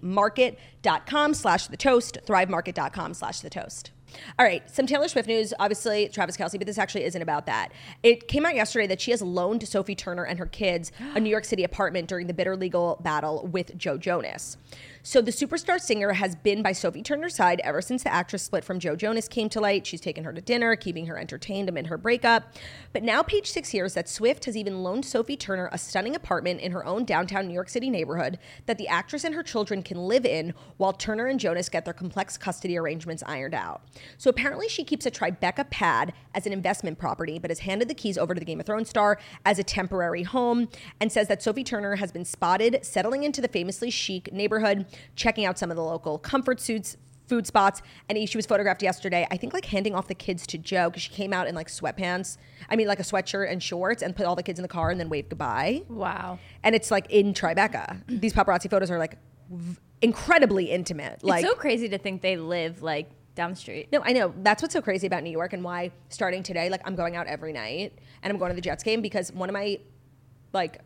C: market.com slash the toast, thrivemarket.com slash the toast. All right, some Taylor Swift news. Obviously, Travis Kelsey, but this actually isn't about that. It came out yesterday that she has loaned Sophie Turner and her kids a New York City apartment during the bitter legal battle with Joe Jonas. So the superstar singer has been by Sophie Turner's side ever since the actress split from Joe Jonas came to light. She's taken her to dinner, keeping her entertained amid her breakup. But now page six hears that Swift has even loaned Sophie Turner a stunning apartment in her own downtown New York City neighborhood that the actress and her children can live in while Turner and Jonas get their complex custody arrangements ironed out. So apparently she keeps a Tribeca pad as an investment property, but has handed the keys over to the Game of Thrones star as a temporary home and says that Sophie Turner has been spotted settling into the famously chic neighborhood, checking out some of the local comfort suits. Food spots, and she was photographed yesterday. I think like handing off the kids to Joe because she came out in like sweatpants. I mean, like a sweatshirt and shorts, and put all the kids in the car and then waved goodbye.
B: Wow.
C: And it's like in Tribeca. These paparazzi photos are like v- incredibly intimate. Like
B: it's so crazy to think they live like down the street.
C: no, I know. That's what's so crazy about New York and why starting today, like I'm going out every night and I'm going to the Jets game because one of my like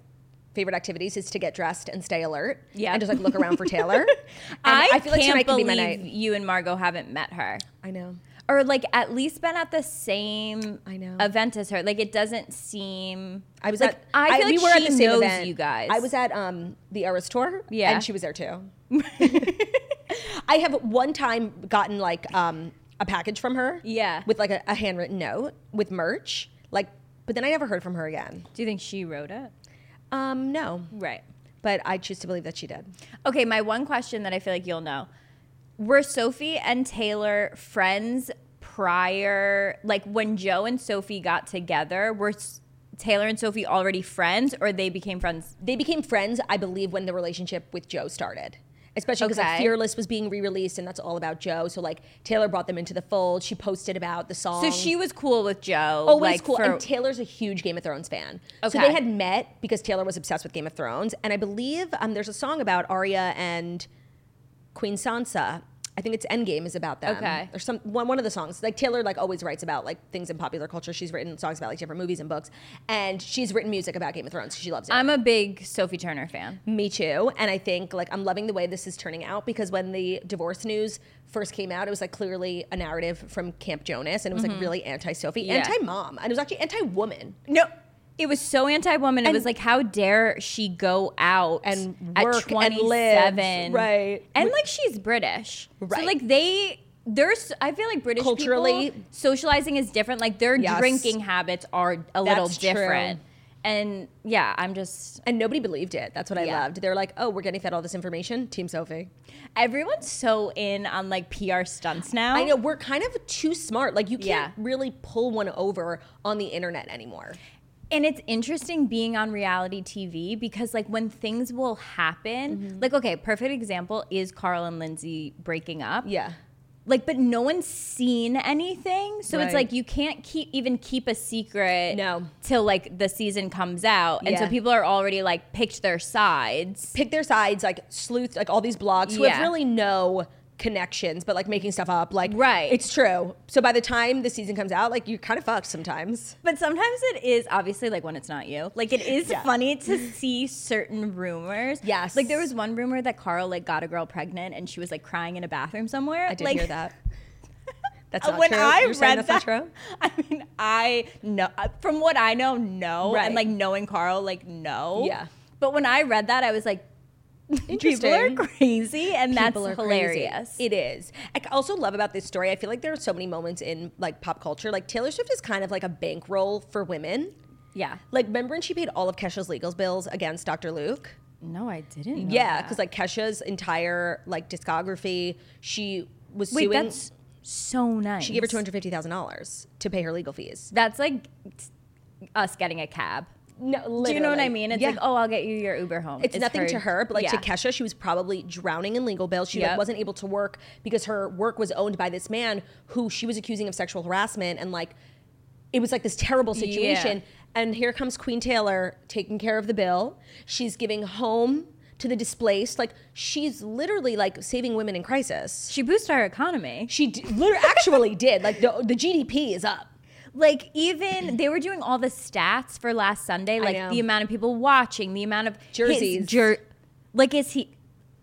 C: favorite activities is to get dressed and stay alert.
B: Yeah.
C: And just like look around for Taylor.
B: [LAUGHS]
C: And
B: I,
C: can
B: can't believe you and Margot haven't met her.
C: I know.
B: Or like at least been at the same
C: I know.
B: event as her. Like it doesn't seem.
C: I was
B: like,
C: at
B: I feel like
C: we were
B: she
C: at the same
B: knows
C: event.
B: you guys.
C: I was at um the Eras tour.
B: Yeah.
C: And she was there
B: [LAUGHS]
C: too. I have one time gotten like um a package from her.
B: Yeah.
C: With like a, a handwritten note with merch. Like but then I never heard from her again.
B: Do you think she wrote it?
C: Um, no.
B: Right.
C: But I choose to believe that she did.
B: Okay, my one question that I feel like you'll know. Were Sophie and Taylor friends prior like when Joe and Sophie got together? Were S- Taylor and Sophie already friends or they became friends?
C: They became friends, I believe, when the relationship with Joe started. Especially because like
B: Okay.
C: Fearless was being re-released, and that's all about Joe. So like Taylor brought them into the fold. She posted about the song.
B: So she was cool with Joe.
C: always
B: like,
C: cool.
B: for-
C: and Taylor's a huge Game of Thrones fan. So
B: Okay.
C: they had met because Taylor was obsessed with Game of Thrones, and I believe um, there's a song about Arya and Queen Sansa. I think it's Endgame is about them.
B: Okay.
C: Or some one, one of the songs. Like Taylor like always writes about like things in popular culture. She's written songs about like different movies and books, and she's written music about Game of Thrones. She loves it.
B: I'm a big Sophie Turner fan.
C: Me too. And I think like I'm loving the way this is turning out because when the divorce news first came out, it was like clearly a narrative from Camp Jonas and it was like really anti Sophie,
B: Mm-hmm. Yeah.
C: anti mom, and it was actually anti woman.
B: No. It was so anti-woman. It
C: And-
B: was like, how dare she go out
C: And
B: at
C: work and
B: 27,
C: live, right.
B: And like she's British, so
C: Right.
B: like they, there's. I feel like British
C: Culturally-
B: people, socializing is different. Like their
C: Yes.
B: drinking habits are a little
C: That's true.
B: different. And yeah, I'm just
C: And nobody believed it. That's what
B: Yeah.
C: I loved. They were like, oh, we're getting fed all this information. Team Sophie.
B: everyone's so in on like PR stunts now.
C: I know we're kind of too smart. Like you
B: Oh. Yeah.
C: can't really pull one over on the internet anymore.
B: And it's interesting being on reality TV because, like, when things will happen,
C: Mm-hmm.
B: like, okay, perfect example is Carl and Lindsay breaking up.
C: Yeah.
B: Like, but no one's seen anything. So it's
C: Right.
B: like you can't keep even keep a secret
C: No.
B: till like the season comes out. And so
C: Yeah.
B: people are already like picked their sides.
C: Pick their sides, like sleuth, like all these blogs who
B: Yeah.
C: have really no connections, but like making stuff up. Like,
B: Right.
C: It's true. So by the time the season comes out, like you're kind of fucked sometimes.
B: But sometimes it is obviously like when it's not you. Like it [LAUGHS] is
C: Yeah.
B: funny to see certain rumors.
C: Yes.
B: Like there was one rumor that Carl like got a girl pregnant and she was like crying in a bathroom somewhere.
C: I did
B: like,
C: hear that. That's
B: Uh,
C: not
B: when
C: true.
B: I
C: You're saying
B: read
C: that's not
B: that-
C: true?
B: [LAUGHS] I mean, I know uh, from what I know, no,
C: Right.
B: and like knowing Carl, like no.
C: Yeah.
B: But when I read that, I was like, [LAUGHS] people are
C: Interesting.
B: crazy, and [LAUGHS] that's
C: People are crazy.
B: hilarious.
C: It is. I c- also love about this story. I feel like there are so many moments in like pop culture. Like Taylor Swift is kind of like a bankroll for women.
B: yeah.
C: Like remember when she paid all of Kesha's legal bills against Dr. Luke?
B: No, I didn't. Know
C: Yeah,
B: that.
C: because like Kesha's entire like discography, she was
B: wait,
C: suing.
B: that's so nice.
C: she gave her two hundred fifty thousand dollars to pay her legal fees.
B: That's like t- us getting a cab.
C: No, literally.
B: Do you know what I mean? It's
C: Yeah.
B: like, oh, I'll get you your Uber home.
C: It's nothing to her, but like to
B: yeah.
C: Kesha, she was probably drowning in legal bills. She like
B: Yep.
C: wasn't able to work because her work was owned by this man who she was accusing of sexual harassment, and like it was like this terrible situation. And here comes Queen Taylor taking care of the bill. She's giving home to the displaced. Like she's literally like saving women in crisis.
B: She boosted our economy.
C: She d- literally
B: [LAUGHS]
C: actually did. Like the the GDP is up.
B: Like even they were doing all the stats for last Sunday,
C: know.
B: like the amount of people watching, the amount of his
C: Jerseys.
B: jer- like is he? [LAUGHS]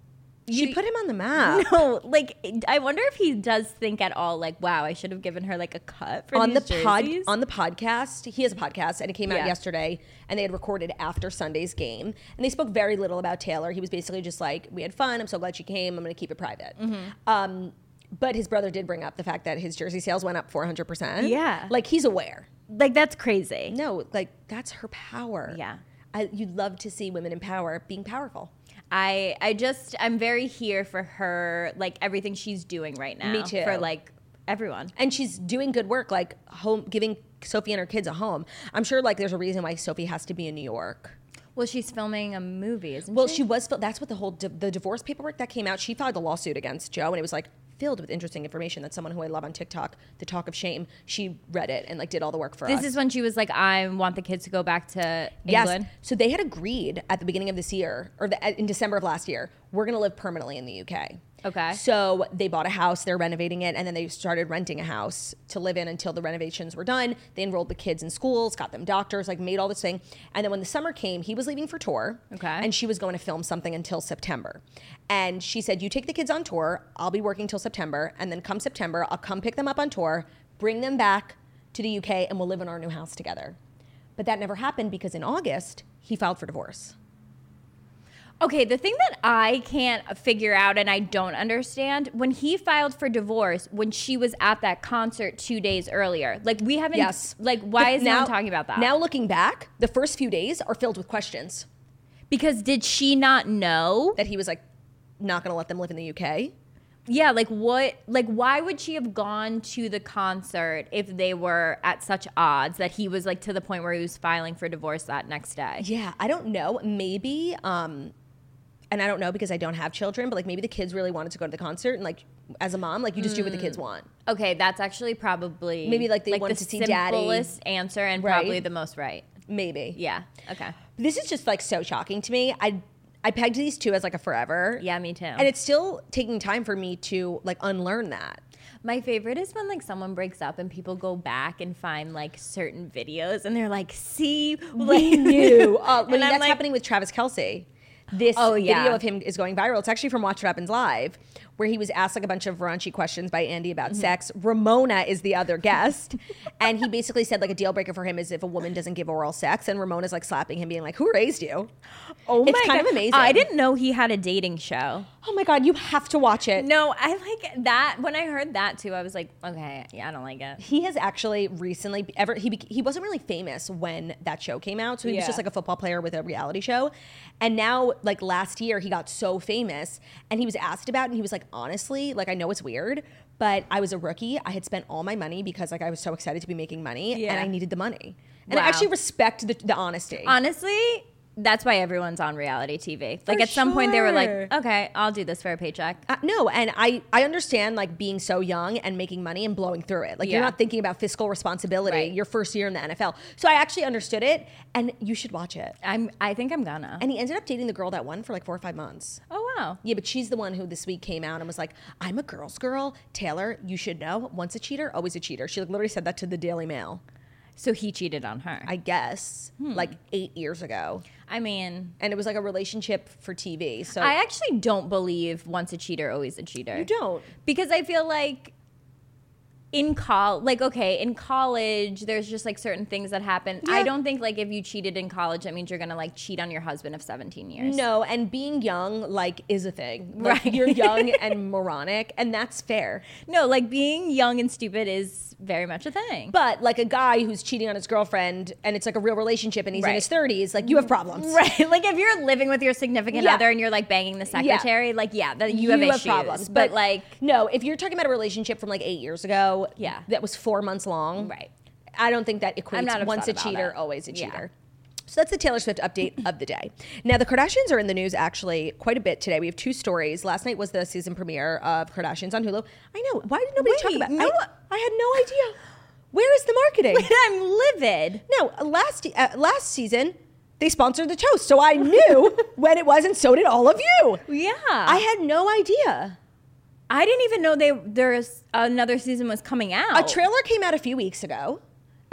C: She put him on the map.
B: No, like I wonder if he does think at all. Like, wow, I should have given her like a cut for
C: on the
B: these
C: pod
B: jerseys.
C: on the podcast. He has a podcast, and it came out
B: Yeah.
C: yesterday. And they had recorded after Sunday's game, and they spoke very little about Taylor. He was basically just like, "We had fun. I'm so glad she came. I'm going to keep it private."
B: Mm-hmm.
C: Um, but his brother did bring up the fact that his jersey sales went up 400. percent
B: Yeah.
C: like he's aware.
B: like that's crazy.
C: No, like that's her power.
B: Yeah.
C: I, you'd love to see women in power being powerful.
B: I I just I'm very here for her. Like everything she's doing right now.
C: Me too.
B: For like everyone.
C: and she's doing good work like home giving sophie and her kids a home i'm sure like there's a reason why sophie has to be in new york
B: Well, she's filming a movie, isn't
C: well
B: she?
C: she was fil- that's what the whole di- the divorce paperwork that came out she filed a lawsuit against joe and it was like filled with interesting information that someone who i love on tiktok the talk of shame she read it and like did all the work for us
B: This is when she was like, I want the kids to go back to England.
C: So they had agreed at the beginning of this year, or the, in December of last year, we're going to live permanently in the UK.
B: Okay.
C: So they bought a house, they're renovating it, and then they started renting a house to live in until the renovations were done. They enrolled the kids in schools, got them doctors, like made all this thing. And then when the summer came, he was leaving for tour.
B: Okay.
C: And she was going to film something until September. And she said, You take the kids on tour, I'll be working till September. And then come September, I'll come pick them up on tour, bring them back to the UK, and we'll live in our new house together. But that never happened because in August, he filed for divorce.
B: Okay, the thing that I can't figure out and I don't understand when he filed for divorce when she was at that concert two days earlier. Like, we haven't,
C: Yes.
B: like, why
C: But
B: is no one talking about that?
C: Now looking back, the first few days are filled with questions
B: because did she not know?
C: that he was like not going to let them live in the UK.
B: Yeah, like, what, like, why would she have gone to the concert if they were at such odds that he was, like, to the point where he was filing for divorce that next day?
C: Yeah, I don't know. Maybe um and I don't know because I don't have children, but like maybe the kids really wanted to go to the concert and like as a mom, like you just do what the
B: Mm.
C: kids want.
B: Okay, that's actually probably
C: Maybe, like, they wanted
B: the
C: to see daddy.
B: simplest answer and
C: Right.
B: probably the most right.
C: Maybe.
B: Yeah. Okay.
C: This is just like so shocking to me. I I pegged these two as like a forever.
B: Yeah, me too.
C: And it's still taking time for me to like unlearn that.
B: My favorite is when like someone breaks up and people go back and find like certain videos and they're like, "See, we
C: [LAUGHS] knew. Uh, when
B: [LAUGHS] And I'm
C: that's
B: like-
C: happening with Travis Kelsey. This
B: Oh, yeah.
C: video of him is going viral. It's actually from Watch What Happens Live, where he was asked like a bunch of raunchy questions by Andy about sex. Ramona is the other guest. [LAUGHS] and he basically said like a deal breaker for him is if a woman doesn't give oral sex. And Ramona's like slapping him, being like, Who raised you?
B: Oh
C: It's kind of amazing.
B: I didn't know he had a dating show.
C: Oh my God, you have to watch it.
B: No, I like that. When I heard that too, I was like, "Okay, yeah, I don't like [LAUGHS] it."
C: He has actually recently ever he bec- he wasn't really famous when that show came out, so he was
B: Yeah.
C: just like a football player with a reality show, and now like last year he got so famous, and he was asked about, it, and he was like, honestly, like I know it's weird, but I was a rookie, I had spent all my money because like I was so excited to be making money, and
B: Yeah.
C: I needed the money, and I
B: Wow.
C: actually respect the, the honesty.
B: Honestly, that's why everyone's on reality TV. Like
C: For
B: at some point they were
C: sure.
B: like, "Okay, I'll do this for a paycheck."
C: Uh, no, and I I understand like being so young and making money and blowing through it. Like you're
B: Yeah.
C: not thinking about fiscal responsibility
B: Right.
C: your first year in the NFL. So I actually understood it, and you should watch it.
B: I'm. I think I'm gonna.
C: And he ended up dating the girl that won for like four or five months.
B: oh No.
C: Yeah, but she's the one who this week came out and was like, "I'm a girl's girl, Taylor. You should know. Once a cheater, always a cheater." She like literally said that to the Daily Mail.
B: So he cheated on her.
C: I guess
B: Hmm.
C: like eight years ago,
B: I mean,
C: and it was like a relationship for TV. So
B: I actually don't believe once a cheater, always a cheater.
C: you don't.
B: because I feel like in col like okay in college there's just like certain things that happen i
C: Yeah.
B: don't think like if you cheated in college that means you're gonna like cheat on your husband of 17 years
C: No, and being young like is a thing. Like,
B: Right.
C: You're
B: [LAUGHS]
C: young and moronic, and that's fair.
B: no like being young and stupid is very much a thing
C: But like a guy who's cheating on his girlfriend, and it's like a real relationship, and he's in
B: Right.
C: his thirties, like you have problems.
B: [LAUGHS] right like if you're living with your significant
C: Yeah.
B: other and you're like banging the
C: Yeah.
B: secretary like yeah that you, have, issues but, [LAUGHS] like
C: no, if you're talking about a relationship from like eight years ago,
B: Yeah.
C: that was four months long,
B: Right.
C: I don't think that equates.
B: I'm not
C: once a
B: upset about
C: cheater,
B: it.
C: always a
B: Yeah.
C: cheater. So that's the Taylor Swift
B: [CLEARS THROAT]
C: update of the day. Now the Kardashians are in the news actually quite a bit today. We have two stories. Last night was the season premiere of Kardashians on Hulu. I know. Why did nobody talk
B: Wait,
C: about? it?
B: no-
C: I, I had no idea. Where is the
B: [LAUGHS]
C: marketing?
B: i'm livid
C: No, last uh, last season they sponsored the toast, so I
B: [LAUGHS]
C: knew when it was, and so did all of you.
B: yeah
C: I
B: i,
C: had no idea.
B: I didn't even know they there's another season was coming out
C: A trailer came out a few weeks ago,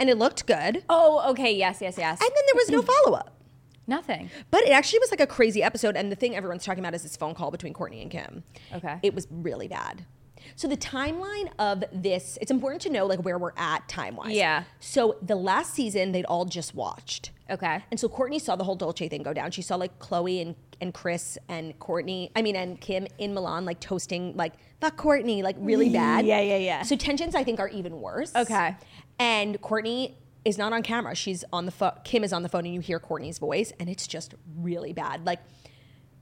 C: and it looked good, and
B: oh okay yes yes yes
C: then there was no
B: Mm-hmm.
C: follow up.
B: nothing
C: But it actually was like a crazy episode, and the thing everyone's talking about is this phone call between Courtney and Kim.
B: Okay.
C: it was really bad. So the timeline of this, it's important to know like where we're at time wise.
B: Yeah.
C: So the last season they'd all just watched.
B: okay
C: And so Courtney saw the whole Dolce thing go down. She saw like Chloe and, and Chris and Courtney, I mean, and Kim in Milan, like toasting, like, fuck Courtney, like really bad.
B: Yeah, yeah, yeah.
C: So tensions, I think, are even worse.
B: Okay.
C: And Courtney is not on camera. She's on the phone. Kim is on the phone, and you hear Courtney's voice, and it's just really bad. Like,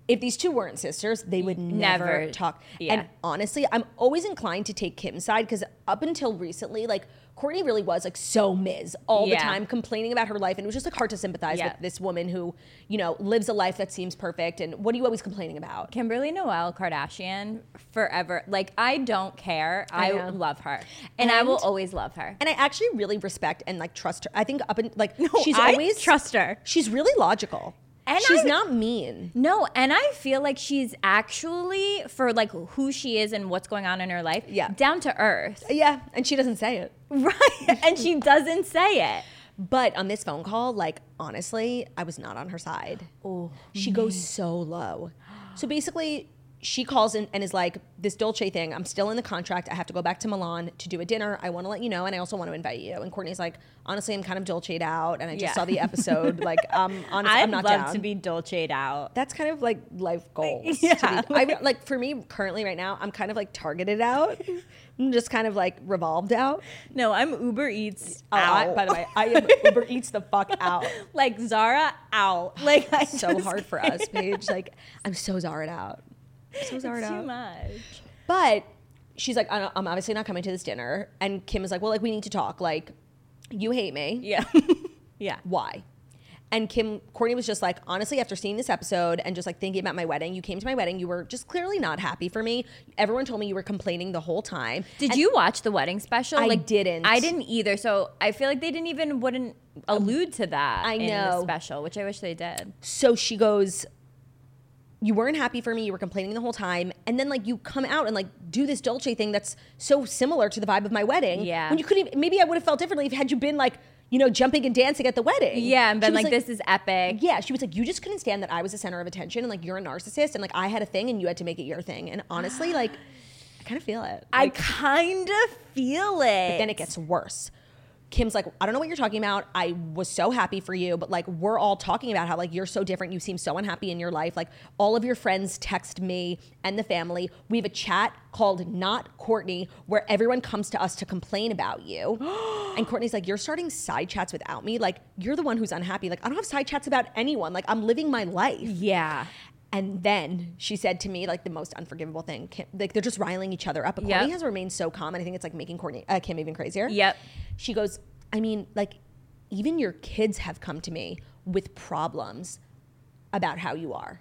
C: if these two weren't sisters, they would never,
B: Never.
C: talk.
B: Yeah.
C: And honestly, I'm always inclined to take Kim's side because up until recently, like Courtney really was like so Ms all the
B: Yeah.
C: time, complaining about her life, and it was just like hard to sympathize
B: Yeah.
C: with this woman who, you know, lives a life that seems perfect. And what are you always complaining about?
B: Kimberly Noel Kardashian forever. Like I don't care. I,
C: know.
B: love her, and, I will always love her.
C: And I actually really respect and like trust her. I think up in like she's
B: I
C: always
B: trust her.
C: She's really logical,
B: And
C: she's
B: I-
C: not mean.
B: No, and I feel like she's actually for like who she is and what's going on in her life.
C: Yeah.
B: down to earth,
C: Yeah, and she doesn't say it.
B: [LAUGHS] right? and she doesn't say it.
C: But on this phone call, like honestly, I was not on her side. Oh, she goes so low. So basically, she calls in and is like, "This Dolce thing, I'm still in the contract. I have to go back to Milan to do a dinner. I want to let you know, and I also want to invite you." And Courtney's like, "Honestly, I'm kind of Dolce'd out, and I just
B: Yeah.
C: saw the episode. like, [LAUGHS] um, honestly,
B: I'd
C: I'm not
B: love
C: down."
B: to be dolce'd out.
C: That's kind of like life goals.
B: yeah,
C: to be-
B: [LAUGHS]
C: I, like for me currently right now, I'm kind of like targeted out. [LAUGHS] I'm just kind of like revolved out.
B: No, I'm Uber Eats
C: Oh, I-
B: out.
C: by the way, I am Uber Eats the fuck out.
B: [LAUGHS] like Zara out. [LAUGHS] Like I
C: so
B: just-
C: hard for us, Paige. Like, I'm so zarred out. I'm so zarred
B: Too
C: out.
B: much.
C: But she's like, "I- I'm obviously not coming to this dinner. And Kim is like, well, like, we need to talk. Like, you hate me.
B: Yeah, [LAUGHS] yeah.
C: Why? And Kim, Courtney was just like, honestly, after seeing this episode and just like thinking about my wedding, you came to my wedding, you were just clearly not happy for me. Everyone told me you were complaining the whole time.
B: Did you watch the wedding special?
C: I didn't.
B: I didn't Um, either. So I feel like they didn't even wouldn't allude to that
C: I
B: in
C: know.
B: the special, which I wish they did.
C: So she goes, You weren't happy for me, you were complaining the whole time. And then like you come out and like do this Dolce thing that's so similar to the vibe of my wedding.
B: Yeah.
C: When you couldn't even- maybe I would have felt differently if had you been like, you know, jumping and dancing at the wedding.
B: Yeah, and
C: She
B: been
C: was
B: like, this is epic.
C: Yeah, she was like, you just couldn't stand that I was the center of attention and like you're a narcissist and like I had a thing and you had to make it your thing. And honestly, like, I kind of feel it.
B: I kind of feel it.
C: then it gets worse. Kim's like, I don't know what you're talking about. I was so happy for you, but like, we're all talking about how like you're so different. You seem so unhappy in your life. Like, all of your friends text me and the family. We have a chat called Not Courtney where everyone comes to us to complain about you. and Courtney's like, You're starting side chats without me. Like, you're the one who's unhappy. Like, I don't have side chats about anyone. Like, I'm living my life.
B: Yeah.
C: And then she said to me, like the most unforgivable thing. Kim, like they're just riling each other up. But
B: Yep.
C: Courtney has remained so calm, and I think it's like making Courtney uh, Kim even crazier.
B: Yep.
C: She goes, I mean, like even your kids have come to me with problems about how you are,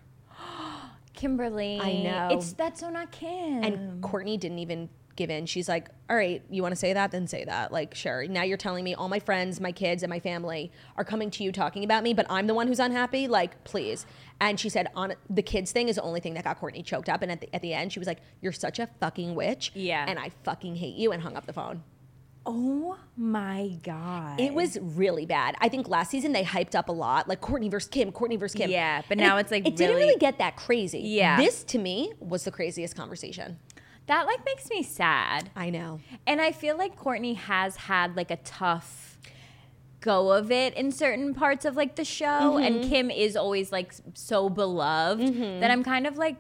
B: Kimberly.
C: I know.
B: It's that's so not Kim.
C: and Courtney didn't even given. She's like, all right, you want to say that? Then say that. Like, sure. Now you're telling me all my friends, my kids, and my family are coming to you talking about me, but I'm the one who's unhappy. Like, please. And she said, on the kids thing is the only thing that got Courtney choked up. And at the, at the end, she was like, you're such a fucking witch.
B: Yeah.
C: And I fucking hate you. And hung up the phone.
B: Oh my god.
C: It was really bad. I think last season they hyped up a lot, like Courtney versus Kim, Courtney versus Kim.
B: Yeah, but
C: And
B: now
C: it-
B: it's, like,
C: it didn't
B: really-
C: really get that crazy.
B: Yeah.
C: this to me was the craziest conversation.
B: that like makes me sad.
C: I know.
B: And I feel like Courtney has had like a tough go of it in certain parts of like the show and Kim is always like s- so beloved that I'm kind of like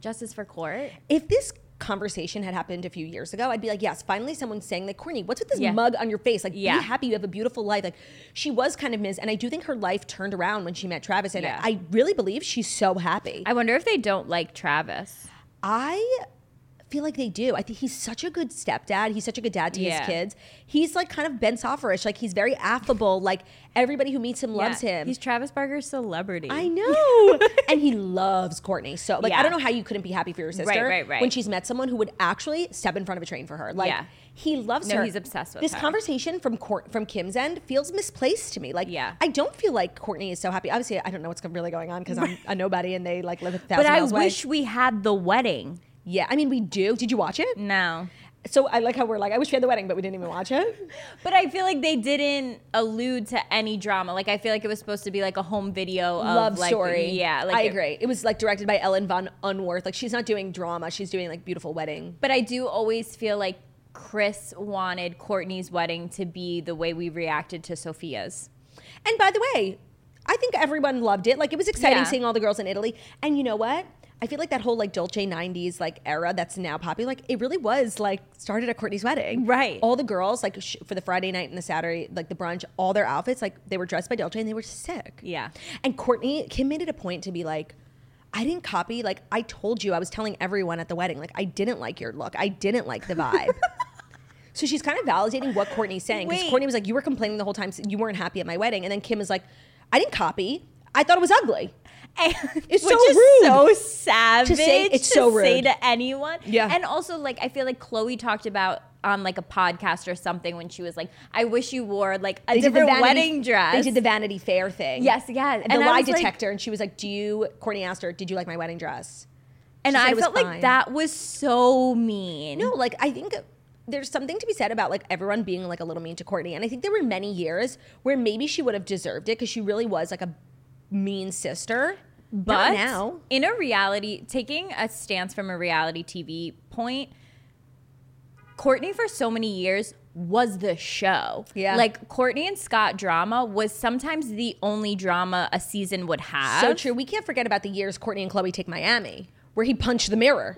B: justice for court.
C: If this conversation had happened a few years ago, I'd be like, yes, finally someone's saying like, Courtney, what's with this
B: Yeah.
C: mug on your face? Like,
B: Yeah.
C: be happy. You have a beautiful life. Like, she was kind of Ms. And I do think her life turned around when she met Travis, and
B: Yeah.
C: I, I really believe she's so happy.
B: I wonder if they don't like Travis.
C: I feel like they do. I think he's such a good stepdad. He's such a good dad to
B: Yeah.
C: his kids. He's like kind of Ben Sofferish. Like he's very affable. Like everybody who meets him loves
B: Yeah.
C: him.
B: He's Travis Barker's celebrity.
C: I know.
B: [LAUGHS]
C: and he loves Courtney. So like
B: Yeah.
C: I don't know how you couldn't be happy for your sister
B: right, right.
C: when she's met someone who would actually step in front of a train for her. Like
B: Yeah.
C: he loves
B: No,
C: her.
B: he's obsessed with
C: This
B: her.
C: conversation from Court from Kim's end feels misplaced to me. Like
B: Yeah.
C: I don't feel like Courtney is so happy. Obviously, I don't know what's really going on because
B: [LAUGHS]
C: I'm a nobody and they like live a thousand
B: but I
C: miles away.
B: wish we had the wedding.
C: Yeah, I mean we do. Did you watch it?
B: No.
C: So I like how we're like, I wish we had the wedding, but we didn't even watch it.
B: But I feel like they didn't allude to any drama. Like I feel like it was supposed to be like a home video [LAUGHS] of
C: Love
B: like,
C: story.
B: Yeah, like
C: I
B: it-
C: agree. It, was like directed by Ellen von Unworth. Like she's not doing drama; she's doing like beautiful wedding.
B: But I do always feel like Chris wanted Courtney's wedding to be the way we reacted to Sophia's. [LAUGHS]
C: And by the way, I think everyone loved it. Like it was exciting
B: Yeah.
C: seeing all the girls in Italy. And you know what? I feel like that whole like Dolce '90s like era that's now popular. Like it really was like started at Courtney's wedding.
B: Right.
C: All the girls like sh- for the Friday night and the Saturday like the brunch, all their outfits like they were dressed by Dolce and they were sick.
B: Yeah.
C: And Courtney, Kim made it a point to be like, I didn't copy. Like, I told you, I was telling everyone at the wedding, like, I didn't like your look. I didn't like the
B: [LAUGHS]
C: vibe. so she's kind of validating what Courtney's saying. Because
B: Wait.
C: Courtney was like, You were complaining the whole time. so You weren't happy at my wedding. And then Kim is like, I didn't copy. I thought it was ugly.
B: it's
C: so rude.
B: so savage to say,
C: it's so
B: say
C: rude.
B: to anyone.
C: Yeah.
B: And also like I feel like Chloe talked about on like a podcast or something when she was like, I wish you wore like a different wedding dress.
C: They did the Vanity Fair thing.
B: Yes, yes.
C: And,
B: And
C: the
B: I
C: lie
B: was like-
C: detector. and she was like, Do you, Courtney asked her, Did you like my wedding dress?
B: and
C: she said
B: I
C: it was
B: felt
C: fine.
B: like that was so mean.
C: No, like I think there's something to be said about like everyone being like a little mean to Courtney, and I think there were many years where maybe she would have deserved it because she really was like a mean sister.
B: But
C: Not now,
B: in a reality, taking a stance from a reality TV point, Courtney for so many years was the show.
C: Yeah.
B: Like Courtney and Scott drama was sometimes the only drama a season would have.
C: so true. We can't forget about the years Courtney and Chloe take Miami, where he punched the mirror.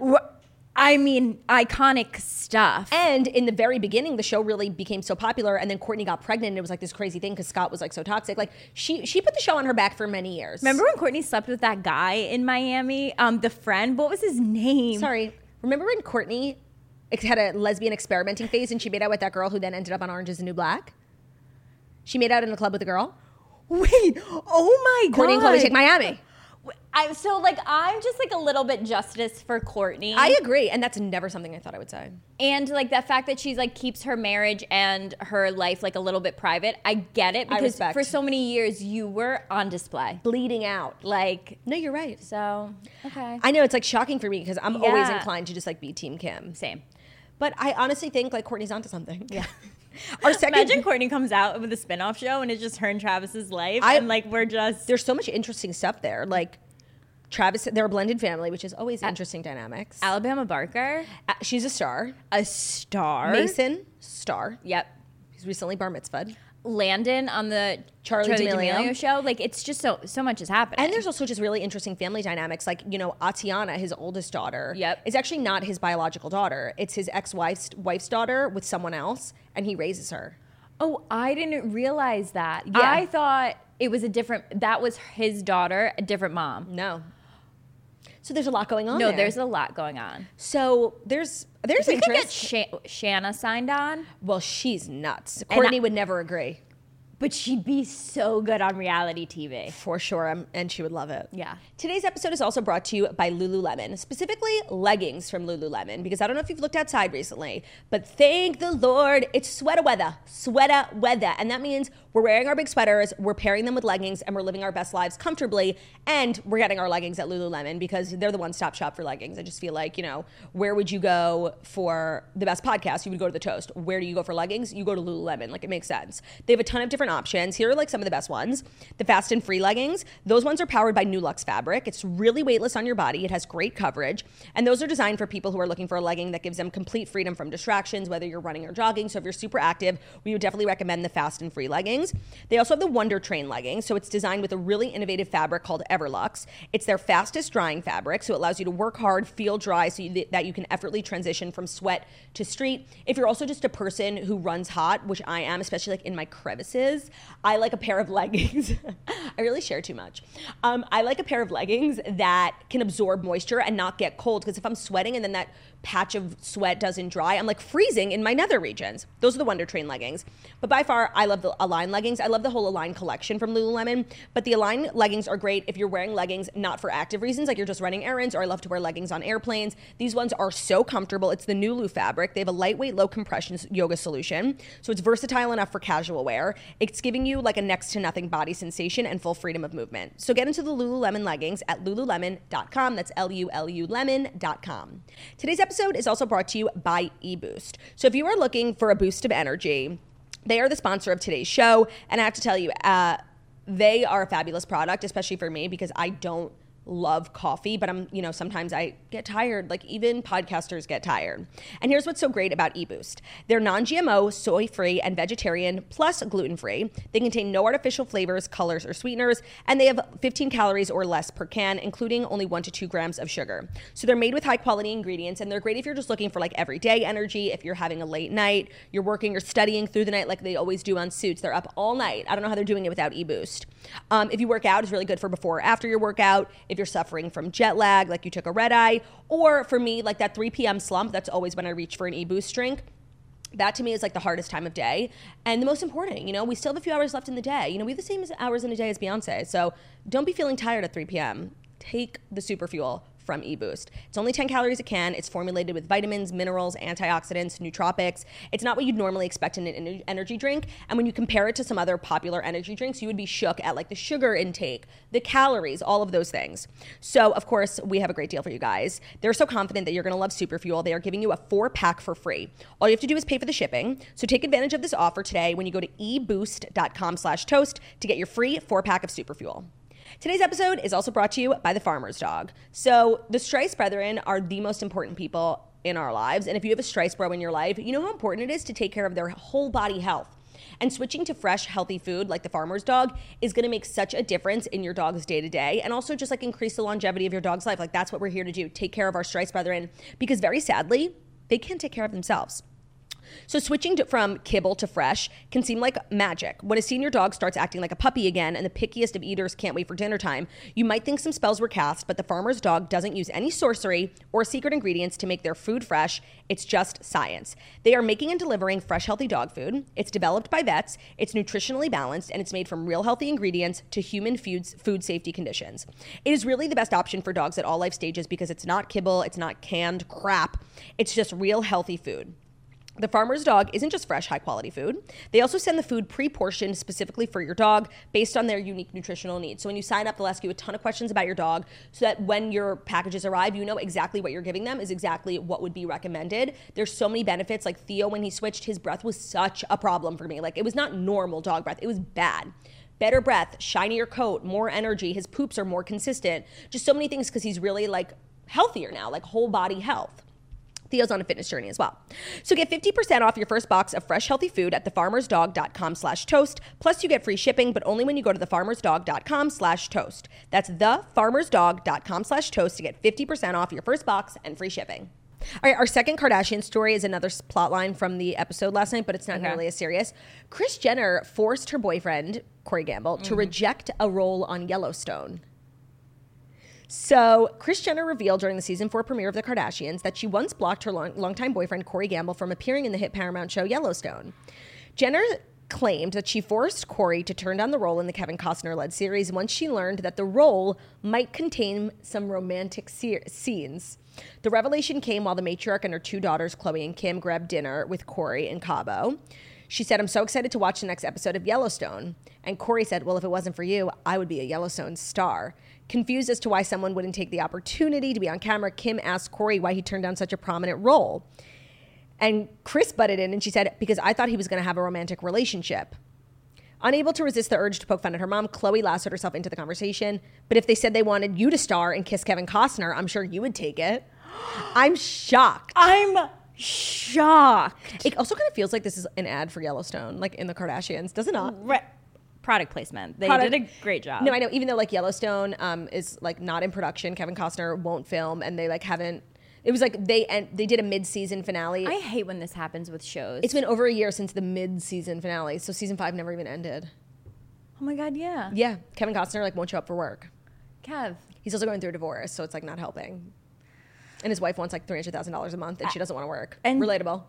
B: I mean, iconic stuff.
C: And in the very beginning, the show really became so popular, and then Courtney got pregnant, and it was like this crazy thing because Scott was like so toxic. Like she she put the show on her back for many years.
B: Remember when Courtney slept with that guy in Miami? Um, the friend, what was his name?
C: Sorry. Remember when Courtney ex- had a lesbian experimenting phase and she made out with that girl who then ended up on Orange is the New Black? She made out in a club with a girl.
B: Wait, oh my
C: Courtney and Chloe take Miami.
B: I'm so like I'm just like a little bit justice for Courtney.
C: I agree, and that's never something I thought I would say.
B: and like the fact that she's like keeps her marriage and her life like a little bit private i get it
C: I
B: because
C: respect.
B: for so many years you were on display
C: Bleeding out.
B: like
C: No, you're right.
B: so okay
C: I know it's like shocking for me because I'm always
B: Yeah.
C: inclined to just like be Team Kim.
B: same
C: But I honestly think like Courtney's onto something. Yeah. [LAUGHS] Our second
B: imagine courtney comes out with a spin-off show and it's just her and travis's life
C: I-
B: and like we're just
C: there's so much interesting stuff there. Like Travis, they're a blended family, which is always interesting dynamics.
B: alabama barker
C: Uh, She's a star.
B: a star
C: Mason, star.
B: yep
C: He's recently bar mitzvahed.
B: landon on the
C: Charli
B: charlie,
C: D'Amelio.
B: D'Amelio show like it's just so so much is happening
C: And there's also just really interesting family dynamics. Like, you know, Atiana, his oldest daughter,
B: Yep.
C: is actually not his biological daughter. It's his ex wife's wife's daughter with someone else, and he raises her.
B: Oh, I didn't realize that. I thought it was a different. That was his daughter, a different mom.
C: No. So there's a lot going on.
B: No,
C: there.
B: there's a lot going on.
C: so there's there's
B: We could get
C: interest.
B: Sha- Shanna signed on.
C: well, she's nuts. Courtney would never agree.
B: But she'd be so good on reality TV.
C: For sure, um, and she would love it.
B: Yeah.
C: Today's episode is also brought to you by Lululemon, specifically leggings from Lululemon, because I don't know if you've looked outside recently, but thank the Lord, it's sweater weather, sweater weather. And that means we're wearing our big sweaters, we're pairing them with leggings, and we're living our best lives comfortably. And we're getting our leggings at Lululemon because they're the one stop shop for leggings. I just feel like, you know, where would you go for the best podcast? You would go to the Toast. Where do you go for leggings? You go to Lululemon. Like it makes sense. They have a ton of different options. Here are like some of the best ones the Fast and Free leggings. Those ones are powered by New Lux fabric. It's really weightless on your body, it has great coverage. And those are designed for people who are looking for a legging that gives them complete freedom from distractions, whether you're running or jogging. So if you're super active, we would definitely recommend the Fast and Free leggings. They also have the Wonder Train leggings. So it's designed with a really innovative fabric called Everlux. It's their fastest drying fabric, so it allows you to work hard, feel dry, so you, that you can effortlessly transition from sweat to street. If you're also just a person who runs hot, which I am, especially like in my crevices, I like a pair of [LAUGHS] leggings. I really share too much. Um, I like a pair of leggings that can absorb moisture and not get cold. Because if I'm sweating and then that patch of sweat doesn't dry, I'm like freezing in my nether regions. Those are the Wonder Train leggings. But by far, I love the Align leggings. I love the whole Align collection from Lululemon. But the Align leggings are great if you're wearing leggings not for active reasons, like you're just running errands, or I love to wear leggings on airplanes. These ones are so comfortable. It's the new Lulu fabric. They have a lightweight, low compression yoga solution. So it's versatile enough for casual wear. It's giving you like a next to nothing body sensation and full freedom of movement. So get into the Lululemon leggings at lululemon.com. That's L U L U lemon.com. Today's episode is also brought to you by eBoost. So if you are looking for a boost of energy, they are the sponsor of today's show. And I have to tell you, uh, they are a fabulous product, especially for me because I don't love coffee, but I'm, you know, sometimes I get tired. Like even podcasters get tired. And here's what's so great about eBoost they're non GMO, soy free, and vegetarian, plus gluten free. They contain no artificial flavors, colors, or sweeteners, and they have 15 calories or less per can, including only one to two grams of sugar. So they're made with high quality ingredients, and they're great if you're just looking for like everyday energy, if you're having a late night, you're working or studying through the night like they always do on suits. They're up all night. I don't know how they're doing it without eBoost. Um, if you work out, it's really good for before or after your workout. If if you're suffering from jet lag, like you took a red eye, or for me, like that 3 p.m. slump, that's always when I reach for an e boost drink. That to me is like the hardest time of day. And the most important, you know, we still have a few hours left in the day. You know, we have the same hours in a day as Beyonce. So don't be feeling tired at 3 p.m. Take the super fuel from eBoost. It's only 10 calories a can. It's formulated with vitamins, minerals, antioxidants, nootropics. It's not what you'd normally expect in an ener- energy drink. And when you compare it to some other popular energy drinks, you would be shook at like the sugar intake, the calories, all of those things. So, of course, we have a great deal for you guys. They're so confident that you're going to love Superfuel. They are giving you a four pack for free. All you have to do is pay for the shipping. So take advantage of this offer today when you go to eboost.com slash toast to get your free four pack of Superfuel. Today's episode is also brought to you by the farmer's dog. So, the Strice brethren are the most important people in our lives. And if you have a Strice bro in your life, you know how important it is to take care of their whole body health. And switching to fresh, healthy food like the farmer's dog is gonna make such a difference in your dog's day to day and also just like increase the longevity of your dog's life. Like, that's what we're here to do take care of our Strice brethren because very sadly, they can't take care of themselves. So switching to, from kibble to fresh can seem like magic. When a senior dog starts acting like a puppy again and the pickiest of eaters can't wait for dinner time, you might think some spells were cast, but the farmer's dog doesn't use any sorcery or secret ingredients to make their food fresh. It's just science. They are making and delivering fresh healthy dog food. It's developed by vets, it's nutritionally balanced, and it's made from real healthy ingredients to human foods, food safety conditions. It is really the best option for dogs at all life stages because it's not kibble, it's not canned crap. It's just real healthy food. The farmer's dog isn't just fresh, high quality food. They also send the food pre portioned specifically for your dog based on their unique nutritional needs. So when you sign up, they'll ask you a ton of questions about your dog so that when your packages arrive, you know exactly what you're giving them is exactly what would be recommended. There's so many benefits. Like Theo, when he switched, his breath was such a problem for me. Like it was not normal dog breath, it was bad better breath, shinier coat, more energy. His poops are more consistent. Just so many things because he's really like healthier now, like whole body health. Theo's on a fitness journey as well. So get 50% off your first box of fresh healthy food at thefarmersdog.com slash toast. Plus you get free shipping, but only when you go to thefarmersdog.com slash toast. That's thefarmersdog.com slash toast to get 50% off your first box and free shipping. All right, our second Kardashian story is another s- plot line from the episode last night, but it's not nearly as serious. Chris Jenner forced her boyfriend, Corey Gamble, to reject a role on Yellowstone. So, Kris Jenner revealed during the season four premiere of The Kardashians that she once blocked her long- longtime boyfriend, Corey Gamble, from appearing in the hit Paramount show Yellowstone. Jenner claimed that she forced Corey to turn down the role in the Kevin Costner led series once she learned that the role might contain some romantic se- scenes. The revelation came while the matriarch and her two daughters, Chloe and Kim, grabbed dinner with Corey in Cabo. She said, I'm so excited to watch the next episode of Yellowstone. And Corey said, Well, if it wasn't for you, I would be a Yellowstone star. Confused as to why someone wouldn't take the opportunity to be on camera, Kim asked Corey why he turned down such a prominent role. And Chris butted in and she said, Because I thought he was going to have a romantic relationship. Unable to resist the urge to poke fun at her mom, Chloe lassoed herself into the conversation. But if they said they wanted you to star and kiss Kevin Costner, I'm sure you would take it. [GASPS] I'm shocked.
B: I'm shocked.
C: It also kind of feels like this is an ad for Yellowstone, like in the Kardashians, does it not?
B: Re- product placement. They
C: product-
B: did a great job.
C: No, I know. Even though like Yellowstone um, is like not in production, Kevin Costner won't film, and they like haven't. It was like they and they did a mid-season finale.
B: I hate when this happens with shows.
C: it's been over a year since the mid-season finale, so season five never even ended.
B: oh my god, yeah.
C: Yeah, Kevin Costner like won't show up for work.
B: Kev.
C: He's also going through a divorce, so it's like not helping. And his wife wants like three hundred thousand dollars a month, and she doesn't want to work.
B: and-
C: Relatable.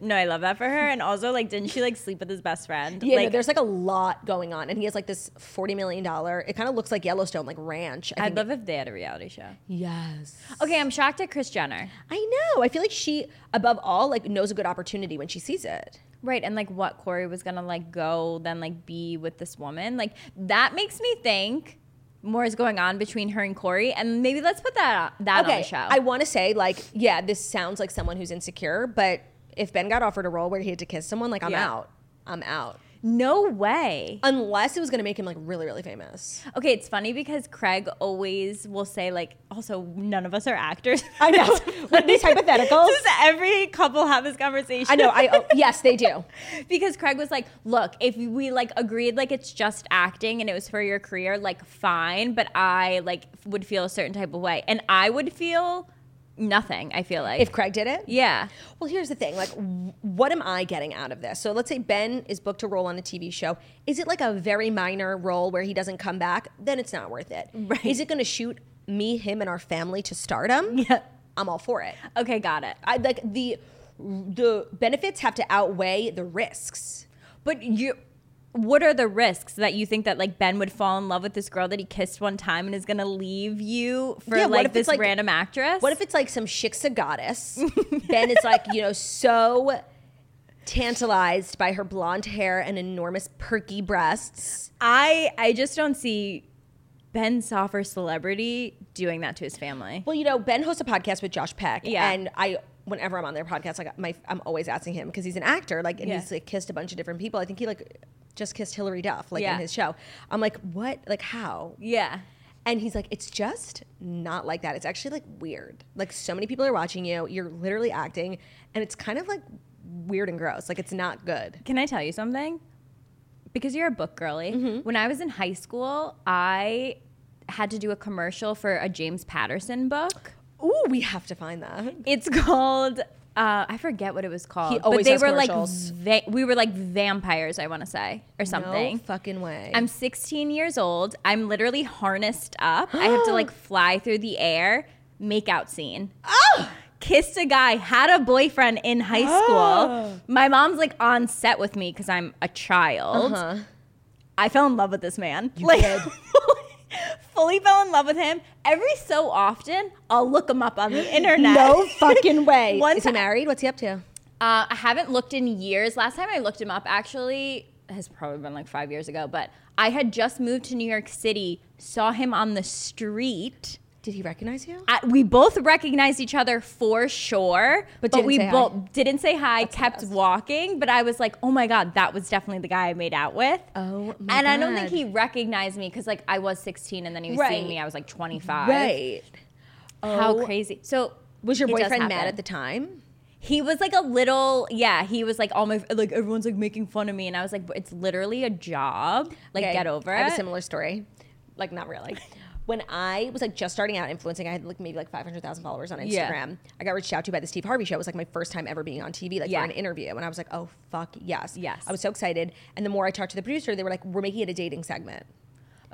B: No, I love that for her. And also, like, didn't she like sleep with his best friend?
C: [LAUGHS] Yeah,
B: like,
C: no, there's like a lot going on, and he has like this forty million dollar. It kind of looks like Yellowstone, like ranch. I
B: I'd
C: think.
B: love if they had a reality show.
C: yes.
B: Okay, I'm shocked at Chris Jenner.
C: I know. I feel like she, above all, like knows a good opportunity when she sees it.
B: Right, and like what Corey was gonna like go then like be with this woman. Like that makes me think more is going on between her and Corey, and maybe let's put that that on the show.
C: I want to say like, yeah, this sounds like someone who's insecure, but if Ben got offered a role where he had to kiss someone, like I'm
B: Yeah.
C: out. I'm out.
B: no way.
C: Unless it was going to make him like really, really famous.
B: Okay, it's funny because Craig always will say like, also none of us are actors.
C: I know.
B: [LAUGHS]
C: With these hypotheticals.
B: Does every couple have this conversation?
C: I know. [LAUGHS] I oh, yes, they do.
B: because Craig was like, "Look, if we like agreed like it's just acting and it was for your career, like fine, but I like f- would feel a certain type of way." And I would feel nothing, I feel like.
C: If Craig did it,
B: yeah.
C: Well, here's the thing. Like, w- what am I getting out of this? So let's say Ben is booked to role on a TV show. Is it like a very minor role where he doesn't come back? Then it's not worth it. Right. Is it going to shoot me, him, and our family to stardom?
B: Yeah.
C: I'm all for it.
B: Okay, got it.
C: I like the the benefits have to outweigh the risks.
B: But you what are the risks that you think that like Ben would fall in love with this girl that he kissed one time and is going to leave you for
C: Yeah, what if
B: like
C: it's,
B: this
C: like-
B: random actress?
C: What if it's like some shiksa
B: [LAUGHS]
C: goddess? ben is like, you know, so tantalized by her blonde hair and enormous perky breasts.
B: I I just don't see Ben Soffer celebrity doing that to his family.
C: Well, you know, Ben hosts a podcast with Josh Peck,
B: Yeah.
C: and I. Whenever I'm on their podcast, like my, I'm always asking him because he's an actor, like, and
B: Yeah.
C: he's like kissed a bunch of different people. I think he like just kissed Hillary Duff, like
B: Yeah.
C: in his show. I'm like, what? Like how?
B: Yeah.
C: And he's like, it's just not like that. It's actually like weird. Like so many people are watching you. You're literally acting, and it's kind of like weird and gross. Like it's not good.
B: Can I tell you something? Because you're a book girly.
C: Mm-hmm.
B: When I was in high school, I had to do a commercial for a James Patterson book.
C: Ooh, we have to find that.
B: It's called. Uh, I forget what it was called,
C: always
B: but they
C: does
B: were like
C: commercials.
B: va- we were like vampires, I want to say, or something.
C: No fucking way.
B: I'm 16 years old. I'm literally harnessed up. I have
C: [GASPS]
B: to like fly through the air, make out scene. Oh! Kissed a guy, had a boyfriend in high
C: Oh.
B: school. My mom's like on set with me because I'm a child. I fell in love with this man. like,
C: Uh-huh.
B: [LAUGHS]
C: did.
B: fully fell in love with him. Every so often, I'll look him up on the
C: [GASPS] [LAUGHS]
B: internet.
C: no fucking way.
B: One
C: Is he
B: ti-
C: married? What's he up to?
B: Uh, I haven't looked in years. Last time I looked him up, actually, has probably been like five years ago. But I had just moved to New York City, saw him on the street.
C: Did he recognize you?
B: I, we both recognized each other for sure,
C: But
B: but,
C: didn't
B: we
C: say hi.
B: both didn't say hi. kept walking, but I was like, "Oh my god, that was definitely the guy I made out with."
C: Oh my
B: and I don't think
C: God.
B: he recognized me because like I was 16, and then he was
C: Right.
B: seeing me. I was like 25.
C: Right. Oh.
B: How crazy! So
C: Was your
B: it does
C: boyfriend mad
B: happen.
C: at the time?
B: He was like a little, yeah. He was like all my like everyone's like making fun of me, and I was like, it's literally a job. Like,
C: Okay,
B: get over
C: I have
B: it.
C: a similar story. Like, not really.
B: [LAUGHS]
C: When I was like just starting out influencing, I had like maybe like 500,000 followers on Instagram.
B: Yeah.
C: I got reached out to by the Steve Harvey show. It was like my first time ever being on TV, like
B: Yeah.
C: for an interview. And I was like, oh, fuck, yes.
B: Yes.
C: I was so excited. And the more I talked to the producer, they were like, we're making it a dating segment.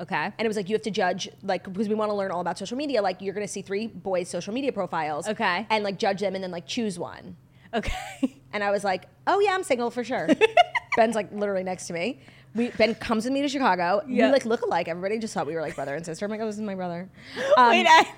B: okay.
C: And it was like, you have to judge, like, because we want to learn all about social media. Like, you're going to see three boys' social media profiles.
B: Okay.
C: And like, judge them and then like choose one.
B: Okay. [LAUGHS]
C: And I was like, oh, yeah, I'm single for sure. Ben's like literally next to me. We, ben comes with me to Chicago.
B: Yeah.
C: We like look alike. Everybody just thought we were like brother and sister. I'm like, oh, this is my brother.
B: [LAUGHS] Wait, I-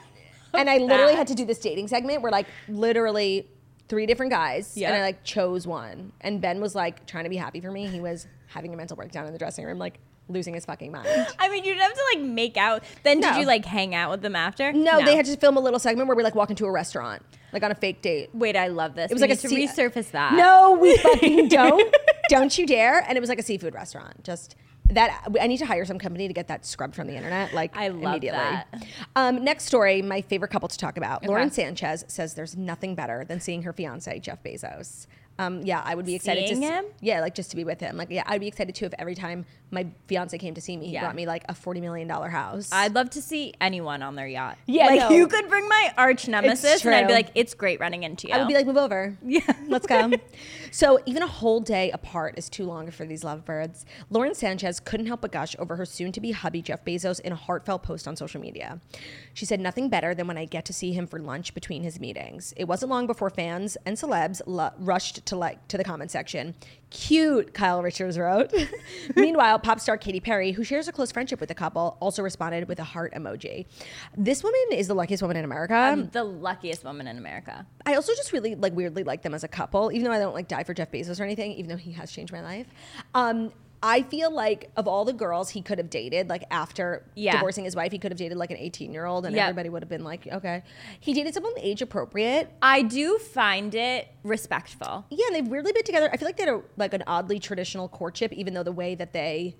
C: and I literally had to do this dating segment where like literally three different guys
B: Yeah.
C: and I like chose one. And Ben was like trying to be happy for me. He was having a mental breakdown in the dressing room, like losing his fucking
B: [LAUGHS]
C: mind.
B: I mean, you'd have to like make out. Then did
C: No.
B: you like hang out with them after?
C: No, they had to film a little segment where we like walk into a restaurant, like on a fake date.
B: Wait, I love this.
C: It was
B: we
C: like
B: need
C: a
B: to
C: sea-
B: resurface that.
C: No, we
B: [LAUGHS]
C: fucking don't. don't you dare! And it was like a seafood restaurant. Just that I need to hire some company to get that scrubbed from the internet. Like
B: I love
C: immediately.
B: that.
C: Um, next story, my favorite couple to talk about. Lauren Sanchez says there's nothing better than seeing her fiance Jeff Bezos. Um, yeah, I would be excited
B: Seeing
C: to s-
B: him?
C: Yeah, like just to be with him. Like yeah, I'd be excited too if every time my fiance came to see me, he
B: Yeah.
C: brought me like a forty million dollar house.
B: I'd love to see anyone on their yacht.
C: Yeah,
B: like
C: no.
B: you could bring my arch nemesis, and I'd be
C: true.
B: like, "It's great running into you."
C: I would be like, move over. Yeah. Let's go. so even a whole day apart is too long for these lovebirds. Lauren Sanchez couldn't help but gush over her soon to be hubby, Jeff Bezos, in a heartfelt post on social media. She said, Nothing better than when I get to see him for lunch between his meetings. It wasn't long before fans and celebs lo- rushed to like to the comment section. Cute, Kyle Richards wrote. [LAUGHS] Meanwhile, pop star Katy Perry, who shares a close friendship with the couple, also responded with a heart emoji. This woman is the luckiest woman in America.
B: the luckiest woman in America.
C: I also just really like weirdly like them as a couple, even though I don't like die for Jeff Bezos or anything, even though he has changed my life. Um, I feel like of all the girls he could have dated, like after
B: Yeah.
C: divorcing his wife, he could have dated like an 18 year old and
B: Yeah.
C: everybody would have been like, okay. He dated someone age appropriate.
B: I do find it respectful.
C: Yeah, and they've weirdly been together. I feel like they had a, like an oddly traditional courtship, even though the way that they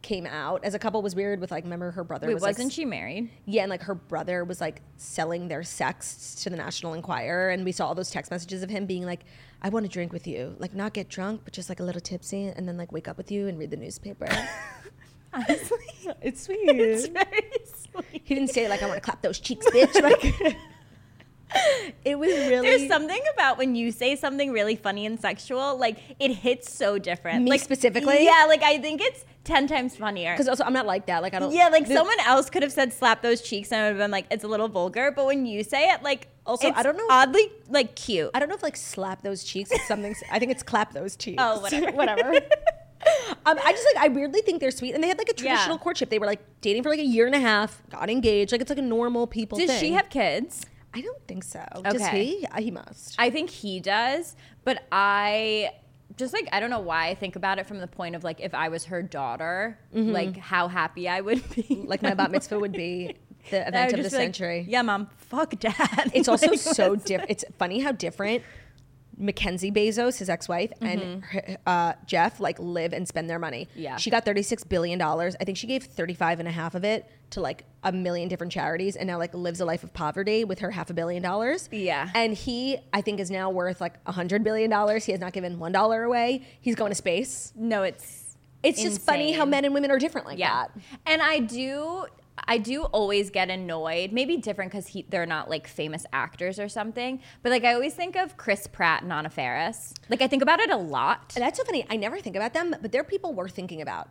C: came out as a couple was weird with like remember her brother
B: Wait,
C: was
B: wasn't
C: like,
B: she [LAUGHS] married?
C: yeah, and like her brother was like selling their sex to the National Enquirer, and we saw all those text messages of him being like, "I want to drink with you, like not get drunk, but just like a little tipsy, and then like wake up with you and read the
B: [LAUGHS]
C: newspaper."
B: Honestly,
C: it's sweet.
B: very [LAUGHS] sweet.
C: [LAUGHS] he didn't say like, "I want to clap those cheeks, bitch." [LAUGHS] Like, it was really
B: There's something about when you say something really funny and sexual, like it hits so different.
C: Me
B: like
C: specifically?
B: Yeah, like I think it's ten times funnier.
C: because also I'm not like that. Like I don't.
B: Yeah, like
C: the-
B: someone else could have said slap those cheeks and I would have been like, it's a little vulgar, but when you say it, like
C: Also,
B: it's
C: I don't know if-
B: oddly like cute.
C: I don't know if like slap those cheeks is something. I think it's clap those cheeks. [LAUGHS]
B: Oh, whatever. [LAUGHS]
C: whatever. Um, I just like I weirdly think they're sweet, and they had like a
B: Yeah.
C: traditional courtship. They were like dating for like a year and a half, got engaged. Like it's like a normal people.
B: Does she
C: thing.
B: have kids?
C: I don't think so. Does
B: Okay.
C: he? Yeah, he must.
B: I think he does, but I just like I don't know why I think about it from the point of like if I was her daughter, like how happy I would be.
C: Mm-hmm. Like
B: [LAUGHS]
C: my bat mitzvah would be the
B: I
C: event of
B: would
C: the
B: just be like,
C: century.
B: yeah, mom, fuck dad. [LAUGHS]
C: It's also
B: Like,
C: so [LAUGHS] different. It's funny how different Mackenzie Bezos, his ex-wife, and her- uh, Jeff like live and spend their money.
B: Mm-hmm. Yeah.
C: she got thirty-six billion dollars. I think she gave thirty-five and a half of it to like a million different charities, and now like lives a life of poverty with her half a billion dollars.
B: Yeah.
C: and he I think is now worth like a hundred billion dollars. He has not given one dollar away. He's going to space.
B: no, it's
C: It's just funny how
B: Insane.
C: men and women are different like
B: yeah.
C: that.
B: And I do I do always get annoyed, maybe different because he they're not like famous actors or something. But like I always think of Chris Pratt and Anna Faris. Like I think about it a lot.
C: And That's so funny. I never think about them, but they're people worth thinking about.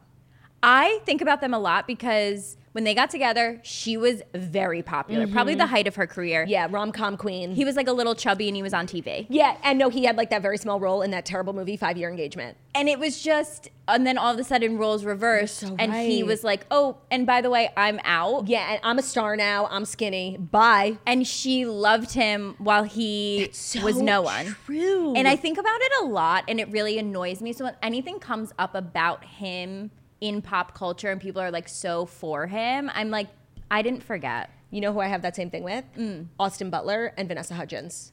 B: I think about them a lot because when they got together, she was very popular, probably the height of her career.
C: Mm-hmm. Yeah, rom com queen.
B: He was like a little chubby and he was on TV.
C: yeah, and no, he had like that very small role in that terrible movie, Five Year Engagement.
B: And it was just, and then all of a sudden roles reversed.
C: so
B: and he
C: right.
B: was like, oh, and by the way, I'm out.
C: Yeah, and I'm a star now. I'm skinny. Bye.
B: And she loved him while he was no one.
C: True.
B: And I think about it a lot, and it really annoys me. So when anything comes up about him in pop culture, and people are like so for him, I'm like, I didn't forget.
C: you know who I have that same thing with? Austin Butler and Vanessa Hudgens.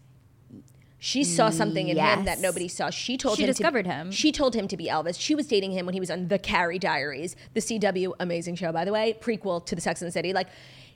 C: She saw something in him
B: Yes.
C: that nobody saw. She told
B: She
C: him
B: discovered
C: to,
B: him.
C: She told him to be Elvis. She was dating him when he was on The Carrie Diaries, the CW amazing show, by the way, prequel to The Sex and the City. Like,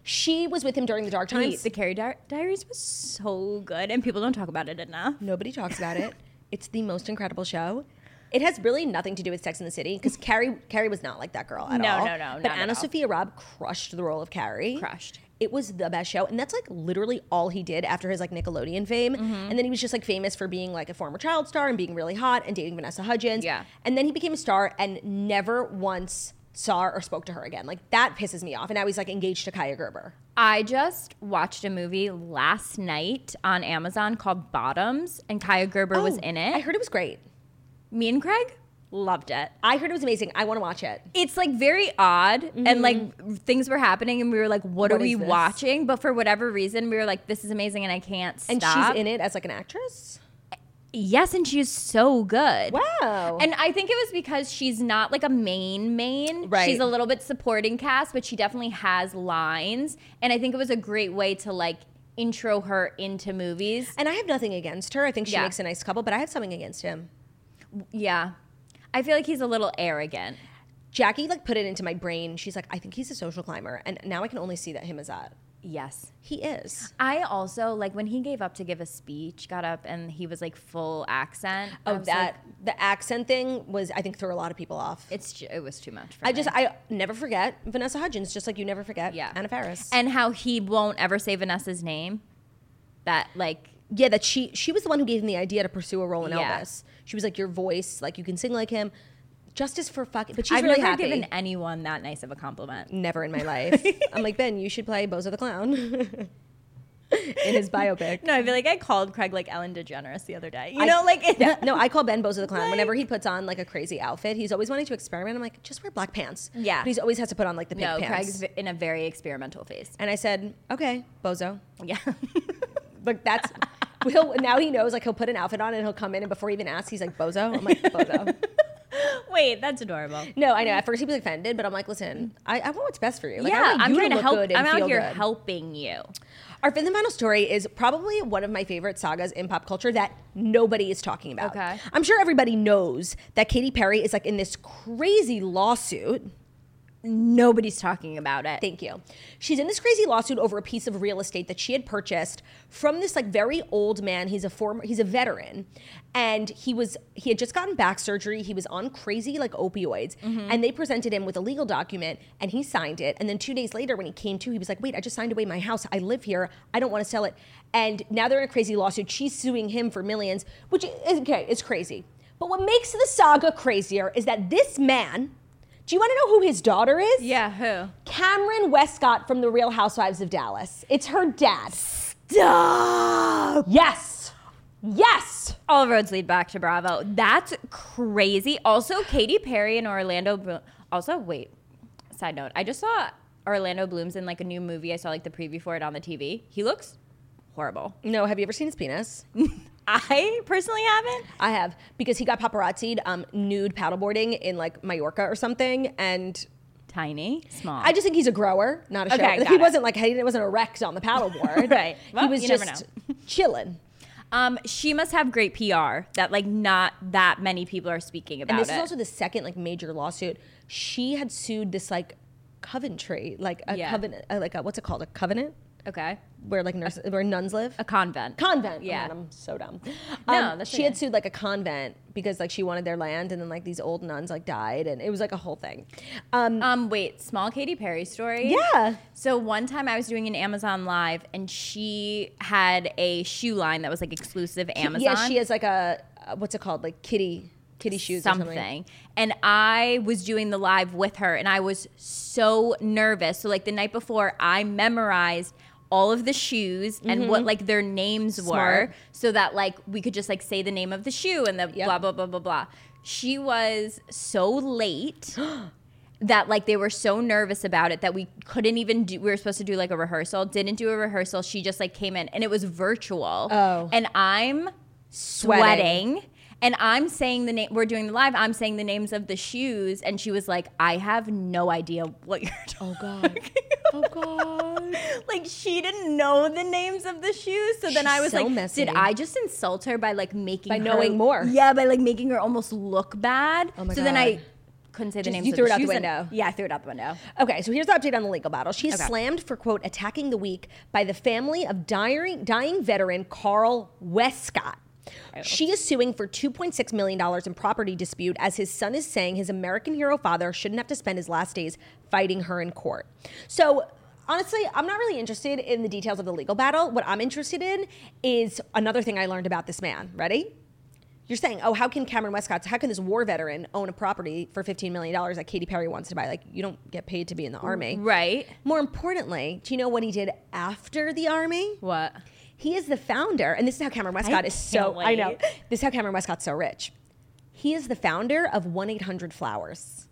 C: she was with him during the dark times.
B: The Carrie Di- Diaries was so good, and people don't talk about it enough.
C: Nobody talks about it. It's the most incredible show. It has really nothing to do with Sex in the City because Carrie Carrie was not like that girl at
B: No,
C: all.
B: no, no,
C: But
B: not at
C: Anna
B: all.
C: Sophia Robb crushed the role of Carrie.
B: Crushed.
C: It was the best show, and that's like literally all he did after his like Nickelodeon fame.
B: Mm-hmm.
C: And then he was just like famous for being like a former child star and being really hot and dating Vanessa Hudgens.
B: Yeah.
C: And then he became a star and never once saw or spoke to her again. Like that pisses me off. And now he's like engaged to Kaya Gerber.
B: I just watched a movie last night on
C: Oh,
B: Amazon called Bottoms, and Kaya Gerber was in Oh, it.
C: I heard it was great.
B: Me and Craig Loved it.
C: I heard it was amazing. I want to watch it.
B: It's like very odd, and like things were happening, and we were like, "What, are
C: Mm-hmm. What is
B: we
C: this?
B: watching?" But for whatever reason, we were like, "This is amazing," and I can't
C: And
B: stop.
C: she's in it as like an actress.
B: Yes, and she is so good.
C: Wow.
B: And I think it was because she's not like a main main.
C: Right.
B: She's a little bit supporting cast, but she definitely has lines. And I think it was a great way to like intro her into movies.
C: And I have nothing against her. I think she
B: Yeah.
C: makes a nice couple, but I have something against him.
B: Yeah. I feel like he's a little arrogant.
C: Jackie like put it into my brain. She's like, I think he's a social climber, and now I can only see that him as that.
B: Yes.
C: He
B: [SIGHS]
C: is.
B: I also like when he gave up to give a speech, got up and he was like full accent. I
C: Oh,
B: was
C: that
B: like,
C: the accent thing was I think threw a lot of people off.
B: it's ju- it was too much for
C: I
B: me.
C: just I never forget Vanessa Hudgens, just like you never forget
B: Yeah.
C: Anna Faris.
B: and how he won't ever say Vanessa's name. That like
C: yeah, that she she was the one who gave him the idea to pursue a role in
B: Yeah.
C: Elvis. She was like, your voice, like you can sing like him. Justice for fucking. But she's
B: I've
C: really
B: never
C: happy.
B: given anyone that nice of a compliment.
C: never in my life. I'm like Ben, you should play Bozo the Clown [LAUGHS] in his biopic.
B: No, I feel like I called Craig like Ellen DeGeneres the other day. [LAUGHS] You
C: I-
B: know, like
C: Yeah, no, I call Ben Bozo the clown. Whenever he puts on like a crazy outfit, he's always wanting to experiment. I'm like, just wear black pants.
B: Yeah.
C: but he always has to put on like the pink
B: no,
C: pants.
B: Craig's in a very experimental phase.
C: and I said, okay, Bozo.
B: Yeah,
C: Like that's [LAUGHS] he'll now he knows like he'll put an outfit on and he'll come in and before he even asks, he's like Bozo. I'm
B: [LAUGHS]
C: like Bozo.
B: [LAUGHS] wait, that's adorable.
C: no, I know. At first he was offended, but I'm like, listen, I, I want what's best for you. Like, I
B: yeah,
C: want
B: I'm
C: you
B: trying to
C: look
B: help.
C: good and
B: I'm out
C: feel
B: here
C: good.
B: helping you.
C: Our fifth and final story is probably one of my favorite sagas in pop culture that nobody is talking about.
B: Okay.
C: I'm sure everybody knows that Katy Perry is like in this crazy lawsuit.
B: Nobody's talking about it.
C: Thank you. She's in this crazy lawsuit over a piece of real estate that she had purchased from this like very old man. He's a former he's a veteran and he was he had just gotten back surgery. He was on crazy like opioids and they presented him with a legal document and he signed it and then 2 days later when he came to he was like, "Wait, I just signed away my house. I live here. I don't want to sell it." And now they're in a crazy lawsuit. She's suing him for millions, which is okay, it's crazy. But what makes the saga crazier is that this man do you want to know who his daughter is?
B: yeah, who?
C: Cameron Westcott from The Real Housewives of Dallas. It's her dad. Stop. Yes. Yes.
B: All roads lead back to Bravo. That's crazy. Also, Katy Perry and Orlando. Blo- also, wait. Side note: I just saw Orlando Bloom's in like a new movie. I saw like the preview for it on the TV. He looks horrible.
C: No, have you ever seen his penis?
B: I personally haven't.
C: I have because he got paparazzied um, nude paddleboarding in like Mallorca or something, and
B: Tiny, small.
C: I just think he's a grower, not a
B: Okay,
C: shower.
B: got
C: He
B: it.
C: wasn't like he wasn't erect on the [LAUGHS] paddleboard.
B: Right.
C: he
B: Well,
C: was
B: you never
C: just [LAUGHS] chilling.
B: um, she must have great PR that like not that many people are speaking about
C: And this
B: it.
C: is also the second like major lawsuit. She had sued this like Coventry, like a
B: Yeah.
C: covenant, uh, like a, what's it called, a covenant
B: okay,
C: where like nurses, where nuns live.
B: a convent.
C: convent. Yeah,
B: Yeah.
C: I'm so dumb.
B: No,
C: Um,
B: that's
C: she had
B: okay.
C: sued like a convent because like she wanted their land, and then like these old nuns like died, and it was like a whole thing. Um,
B: um, wait, small Katy Perry story.
C: yeah,
B: So one time I was doing an Amazon live and she had a shoe line that was like exclusive Amazon.
C: yeah, she has like a uh, what's it called, like kitty kitty shoes
B: something.
C: or something.
B: And I was doing the live with her and I was so nervous. So like the night before I memorized all of the shoes and what like their names
C: Mm-hmm. Smart.
B: were so that like we could just like say the name of the shoe and the
C: Yep.
B: blah blah blah blah blah. She was
C: [GASPS]
B: so late that like they were so nervous about it that we couldn't even do we were supposed to do like a rehearsal didn't do a rehearsal she just like came in and it was virtual
C: Oh.
B: and i'm
C: Sweating.
B: sweating, and i'm saying the name we're doing the live i'm saying the names of the shoes and she was like i have no idea what you're talking
C: Oh god. Oh god.
B: [LAUGHS] like she didn't know the names of the shoes so then
C: She's
B: i was
C: so
B: like
C: messy.
B: did i just insult her by like making
C: By
B: her-
C: knowing more.
B: yeah by like making her almost look bad
C: Oh my
B: so then
C: God.
B: i couldn't say the
C: Just-
B: names
C: you
B: of
C: threw
B: the
C: it out the
B: shoes and-
C: window.
B: yeah i threw it out the window
C: Okay, so here's the update on the legal battle. She's
B: Okay.
C: slammed for quote attacking the weak by the family of dying dying veteran Carl Westcott. She is suing for $2.6 million in property dispute as his son is saying his American hero father shouldn't have to spend his last days fighting her in court. So, honestly, I'm not really interested in the details of the legal battle. What I'm interested in is another thing I learned about this man. Ready? You're saying, oh, how can Cameron Westcott, how can this war veteran own a property for $15 million that Katy Perry wants to buy? Like, you don't get paid to be in the army.
B: Mm, right
C: More importantly, do you know what he did after the army?
B: What?
C: He is the founder, and this is how Cameron Westcott is so.
B: can't
C: I know.
B: wait.
C: This is how Cameron Westcott's so rich. He is the founder of 1 800 Flowers.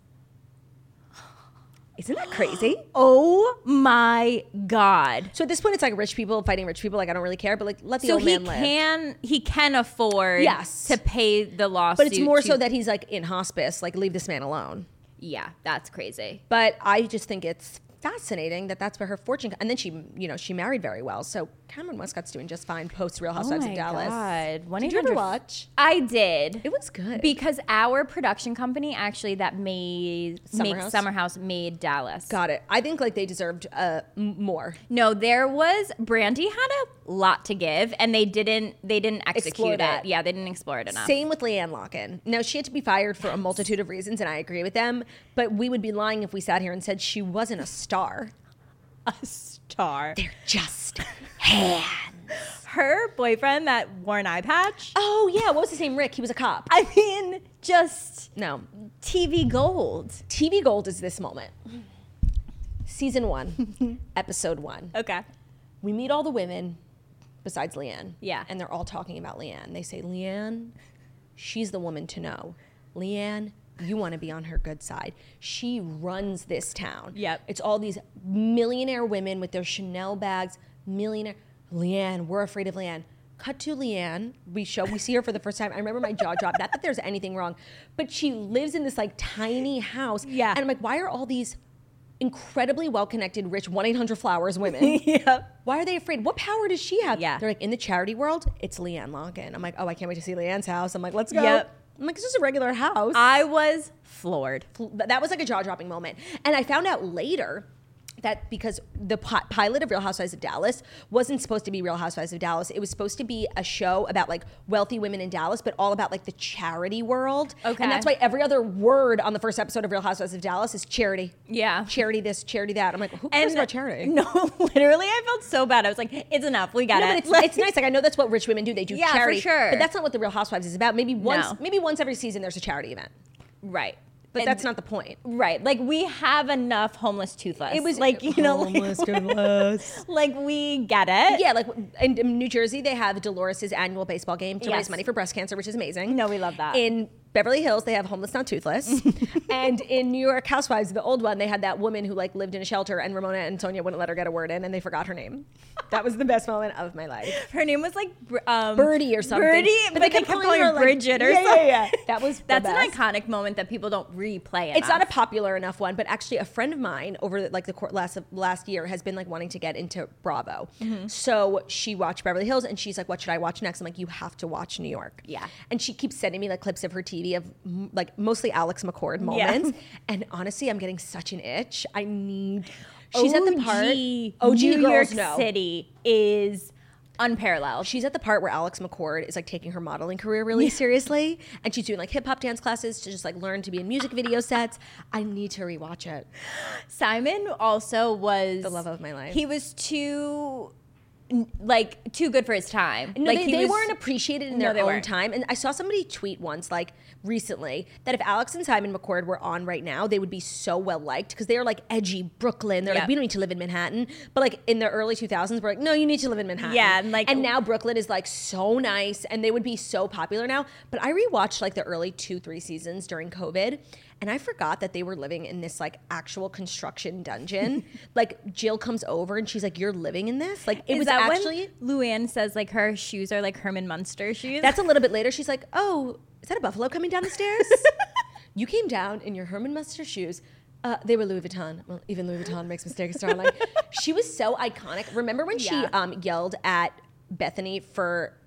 C: Isn't that crazy?
B: Oh my god.
C: [GASPS] So at this point, it's like rich people fighting rich people. Like I don't really care, but like let the
B: So
C: old
B: he
C: man live.
B: can he can afford
C: Yes.
B: to pay the lawsuit.
C: but it's more
B: to-
C: so that he's like in hospice. Like leave this man alone.
B: yeah, that's crazy.
C: But I just think it's fascinating that that's where her fortune. And then she, you know, she married very well. So Cameron Westcott's doing just fine post Real Housewives of Dallas.
B: Oh god.
C: Did you ever watch?
B: I did.
C: It was good.
B: because our production company actually that made
C: Summer
B: made
C: House?
B: Summer House made Dallas.
C: Got it. I think like they deserved uh, m- more.
B: No, there was Brandy had a lot to give, and they didn't they didn't
C: Explore
B: execute it.
C: that.
B: Yeah, they didn't explore it enough.
C: Same with Leanne Locken. Now she had to be fired for a multitude of reasons, and I agree with them. But we would be lying if we sat here and said she wasn't a star.
B: Star.
C: Just.
B: Her boyfriend that wore an eye patch.
C: Oh yeah, what was his name? Rick. He was a cop.
B: I mean, just
C: No,
B: TV gold.
C: TV Gold is this moment. Season [LAUGHS] one, episode one. [LAUGHS]
B: Okay.
C: We meet all the women besides Leanne.
B: Yeah.
C: And they're all talking about Leanne. They say, Leanne, she's the woman to know. Leanne, you want to be on her good side. She runs this town.
B: Yep.
C: It's all these millionaire women with their Chanel bags, millionaire. Leanne, we're afraid of Leanne. Cut to Leanne. We show we see her for the first time. I remember my jaw dropped. Not that there's anything wrong, but she lives in this like tiny house.
B: Yeah.
C: And I'm like, why are all these incredibly well-connected, rich 1-800-Flowers
B: [LAUGHS]
C: women
B: Yep.
C: why are they afraid? What power does she have?
B: Yeah.
C: They're like, in the charity world, it's Leanne Locken. I'm like, oh, I can't wait to see Leanne's house. I'm like, let's go.
B: Yep. Uh,
C: I'm like, it's just a regular house.
B: I was floored.
C: Th- that was like a jaw dropping moment. And I found out later that because the pi- pilot of Real Housewives of Dallas wasn't supposed to be Real Housewives of Dallas, it was supposed to be a show about like wealthy women in Dallas, but all about like the charity world.
B: Okay.
C: And that's why every other word on the first episode of Real Housewives of Dallas is charity.
B: Yeah.
C: Charity this, charity that. I'm like, who cares about charity?
B: [LAUGHS] No, literally, I felt so bad. I was like, it's enough. We got
C: No,
B: it.
C: but it's,
B: Like-
C: it's nice. Like I know that's what rich women do. They do
B: Yeah, for
C: charity,
B: sure.
C: But that's not what the Real Housewives is about. Maybe once,
B: No.
C: maybe once every season there's a charity event,
B: [LAUGHS] right.
C: but
B: And-
C: that's not the point.
B: right. Like we have enough homeless toothless.
C: It was-
B: like you know, [LAUGHS] like, like we get it.
C: Yeah, like in, in New Jersey they have Dolores's annual baseball game to
B: Yes.
C: raise money for breast cancer, which is amazing.
B: No, we love that.
C: In Beverly Hills they have homeless not [LAUGHS] toothless, and in New York Housewives, the old one, they had that woman who like lived in a shelter, and Ramona and Sonia wouldn't let her get a word in, and they forgot her name. That was the best moment of my life.
B: Her name was like Br- um,
C: Birdie or something.
B: Birdie, but, they, kept calling her
C: like-
B: Bridget or
C: Yeah, yeah,
B: something.
C: yeah. That was the
B: That's an
C: best.
B: iconic moment that people don't replay.
C: It's not a
B: enough.
C: popular enough one, but actually, a friend of mine over the, like the cour last last year has been like wanting to get into Bravo.
B: Mm-hmm.
C: So she watched Beverly Hills, and she's like, "What should I watch next?" I'm like, "You have to watch New York."
B: Yeah.
C: And she keeps sending me like clips of her TV of m- like mostly Alex McCord moments,
B: [LAUGHS]
C: and honestly, I'm getting such an itch. I need. She's at the part.
B: OG
C: New
B: New
C: girls
B: York
C: know.
B: City is unparalleled.
C: She's at the part where Alex McCord is like taking her modeling career really seriously, and she's doing like hip hop dance classes to just like learn to be in music video sets. I need to rewatch it.
B: Simon also was
C: The love of my life.
B: He was too n- like too good for his time.
C: No,
B: like
C: they,
B: he
C: they
B: was-
C: weren't appreciated in
B: No,
C: their
B: they
C: own
B: weren't.
C: time. And I saw somebody tweet once, like recently, that if Alex and Simon McCord were on right now, they would be so well liked because they are like edgy Brooklyn. They're
B: Yeah.
C: like, we don't need to live in Manhattan. But like in the early 2000s, we're like, no, you need to live in Manhattan.
B: Yeah, and, like-
C: and now Brooklyn is like so nice, and they would be so popular now. But I rewatched like the early two, three seasons during COVID. And I forgot that they were living in this like actual construction dungeon.
B: [LAUGHS]
C: like Jill comes over and she's like, "You're living in this." Like it
B: Is
C: was
B: that
C: actually
B: when Luann says like her shoes are like Herman Munster shoes?
C: that's a little bit later. She's like, "Oh, is that a buffalo coming down the
B: [LAUGHS]
C: stairs? you came down in your Herman Munster shoes. Uh, they were Louis Vuitton. Well, even Louis Vuitton makes mistakes, darling." she was so iconic. Remember when she
B: Yeah.
C: um, yelled at Bethany for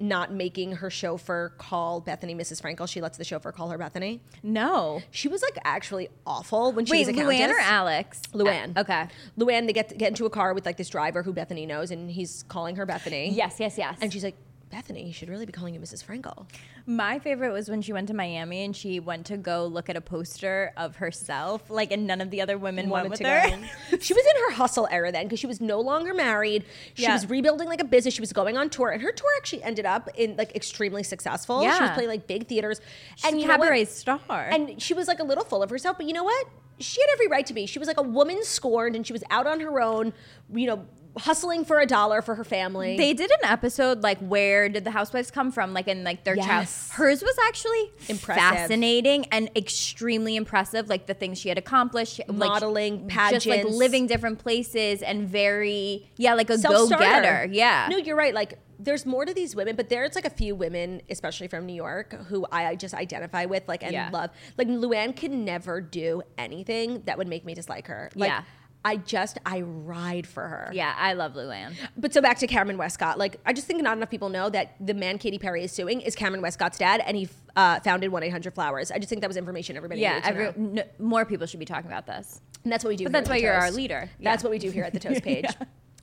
C: not making her chauffeur call Bethany Mrs. Frankel? She lets the chauffeur call her Bethany.
B: no.
C: She was like actually awful when she
B: Wait,
C: was a
B: Luann or
C: countess.
B: Alex?
C: Luann.
B: Uh, okay.
C: Luann, they get get into a car with like this driver who Bethany knows, and he's calling her Bethany.
B: Yes, yes, yes.
C: and she's like, "Bethany, you should really be calling you Mrs. Frankel."
B: My favorite was when she went to Miami and she went to go look at a poster of herself, like, and none of the other women went
C: wanted
B: with
C: to
B: [LAUGHS] her.
C: go. [LAUGHS] she was in her hustle era then because she was no longer married. She
B: Yeah.
C: was rebuilding like a business. She was going on tour, and her tour actually ended up in like extremely successful. She was
B: Yeah.
C: playing like big theaters
B: and
C: you know what?
B: cabaret star.
C: And she was like a little full of herself, but you know what? She had every right to be. She was like a woman scorned, and she was out on her own. You know. hustling for a dollar for her family.
B: They did an episode like where did the housewives come from, like in like their
C: Yes.
B: child. Hers was actually
C: Impressive.
B: fascinating and extremely impressive. Like the things she had accomplished, like,
C: Modeling,
B: just like
C: pageants.
B: living different places and very yeah, like a go
C: Self-starter.
B: getter. Yeah,
C: No, you're right. Like there's more to these women, but there's like a few women, especially from New York, who I just identify with, like and
B: Yeah.
C: love. Like Luann can never do anything that would make me dislike her. Like,
B: Yeah.
C: I just I ride for her.
B: yeah, I love Luann.
C: But so back to Cameron Westcott. Like I just think not enough people know that the man Katy Perry is suing is Cameron Westcott's dad, and he uh, founded one eight hundred Flowers. I just think that was information everybody
B: Yeah,
C: needed to
B: every,
C: know.
B: no, more people should be talking about this.
C: And that's what we do. here
B: But that's
C: at
B: why
C: The
B: you're our
C: Toast.
B: leader.
C: That's
B: Yeah.
C: what we do here at the
B: [LAUGHS]
C: Toast page.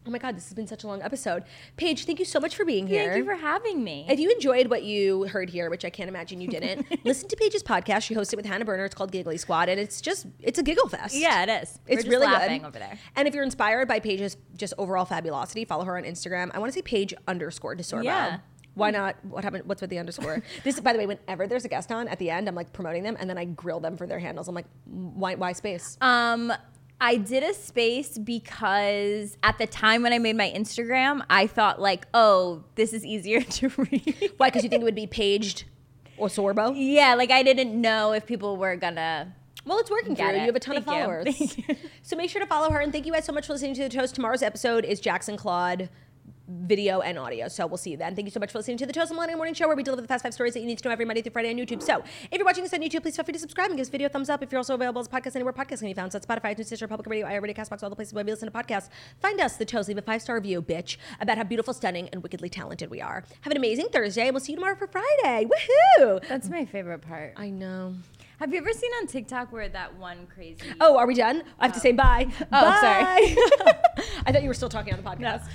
C: Oh my God, this has been such a long episode. Paige, thank you so much for being here.
B: Thank you for having me.
C: If you enjoyed what you heard here, which I can't imagine you
B: [LAUGHS]
C: didn't, listen to Paige's podcast. She hosts it with Hannah Berner. It's called Giggly Squad, and it's just it's a giggle fest.
B: yeah, it is. We're
C: It's
B: just
C: really
B: laughing
C: good.
B: over there.
C: And if you're inspired by Paige's just overall fabulosity, follow her on Instagram. I want to say Paige underscore Desorbo.
B: Yeah.
C: Why not? What happened? What's with the
B: [LAUGHS]
C: underscore? this, by the way, whenever there's a guest on at the end, I'm like promoting them, and then I grill them for their handles. I'm like, why, why space?
B: Um, I did a space because at the time when I made my Instagram, I thought like, oh, this is easier [LAUGHS] to read.
C: why? Because you think it would be Paged or Sorbo?
B: yeah, like I didn't know if people were gonna.
C: Well, it's working for you.
B: Got
C: You
B: it.
C: have a ton of
B: Thank you.
C: followers.
B: Thank you.
C: [LAUGHS] So make sure to follow her. And thank you guys so much for listening to The Toast. Tomorrow's episode is Jackson Claude video and audio. So we'll see you then. Thank you so much for listening to The Toast and Millennium Morning Show, where we deliver the fast five stories that you need to know every Monday through Friday on YouTube. So if you're watching this on YouTube, please feel free to subscribe and give this video a thumbs up. If you're also available as a podcast anywhere podcasts can be found, so that's Spotify, iTunes, Stitcher, Public Radio, iHeartRadio, CastBox, all the places where we listen to podcasts. Find us, The Toast. Leave a five-star review, bitch, about how beautiful, stunning, and wickedly talented we are. Have an amazing Thursday, and we'll see you tomorrow for Friday. Woohoo!
B: That's my favorite part.
C: I know.
B: Have you ever seen on TikTok where that one crazy?
C: Oh, are we done? I have to say bye.
B: Uh, Oh, sorry. [LAUGHS]
C: [LAUGHS] I thought you were still talking on the podcast.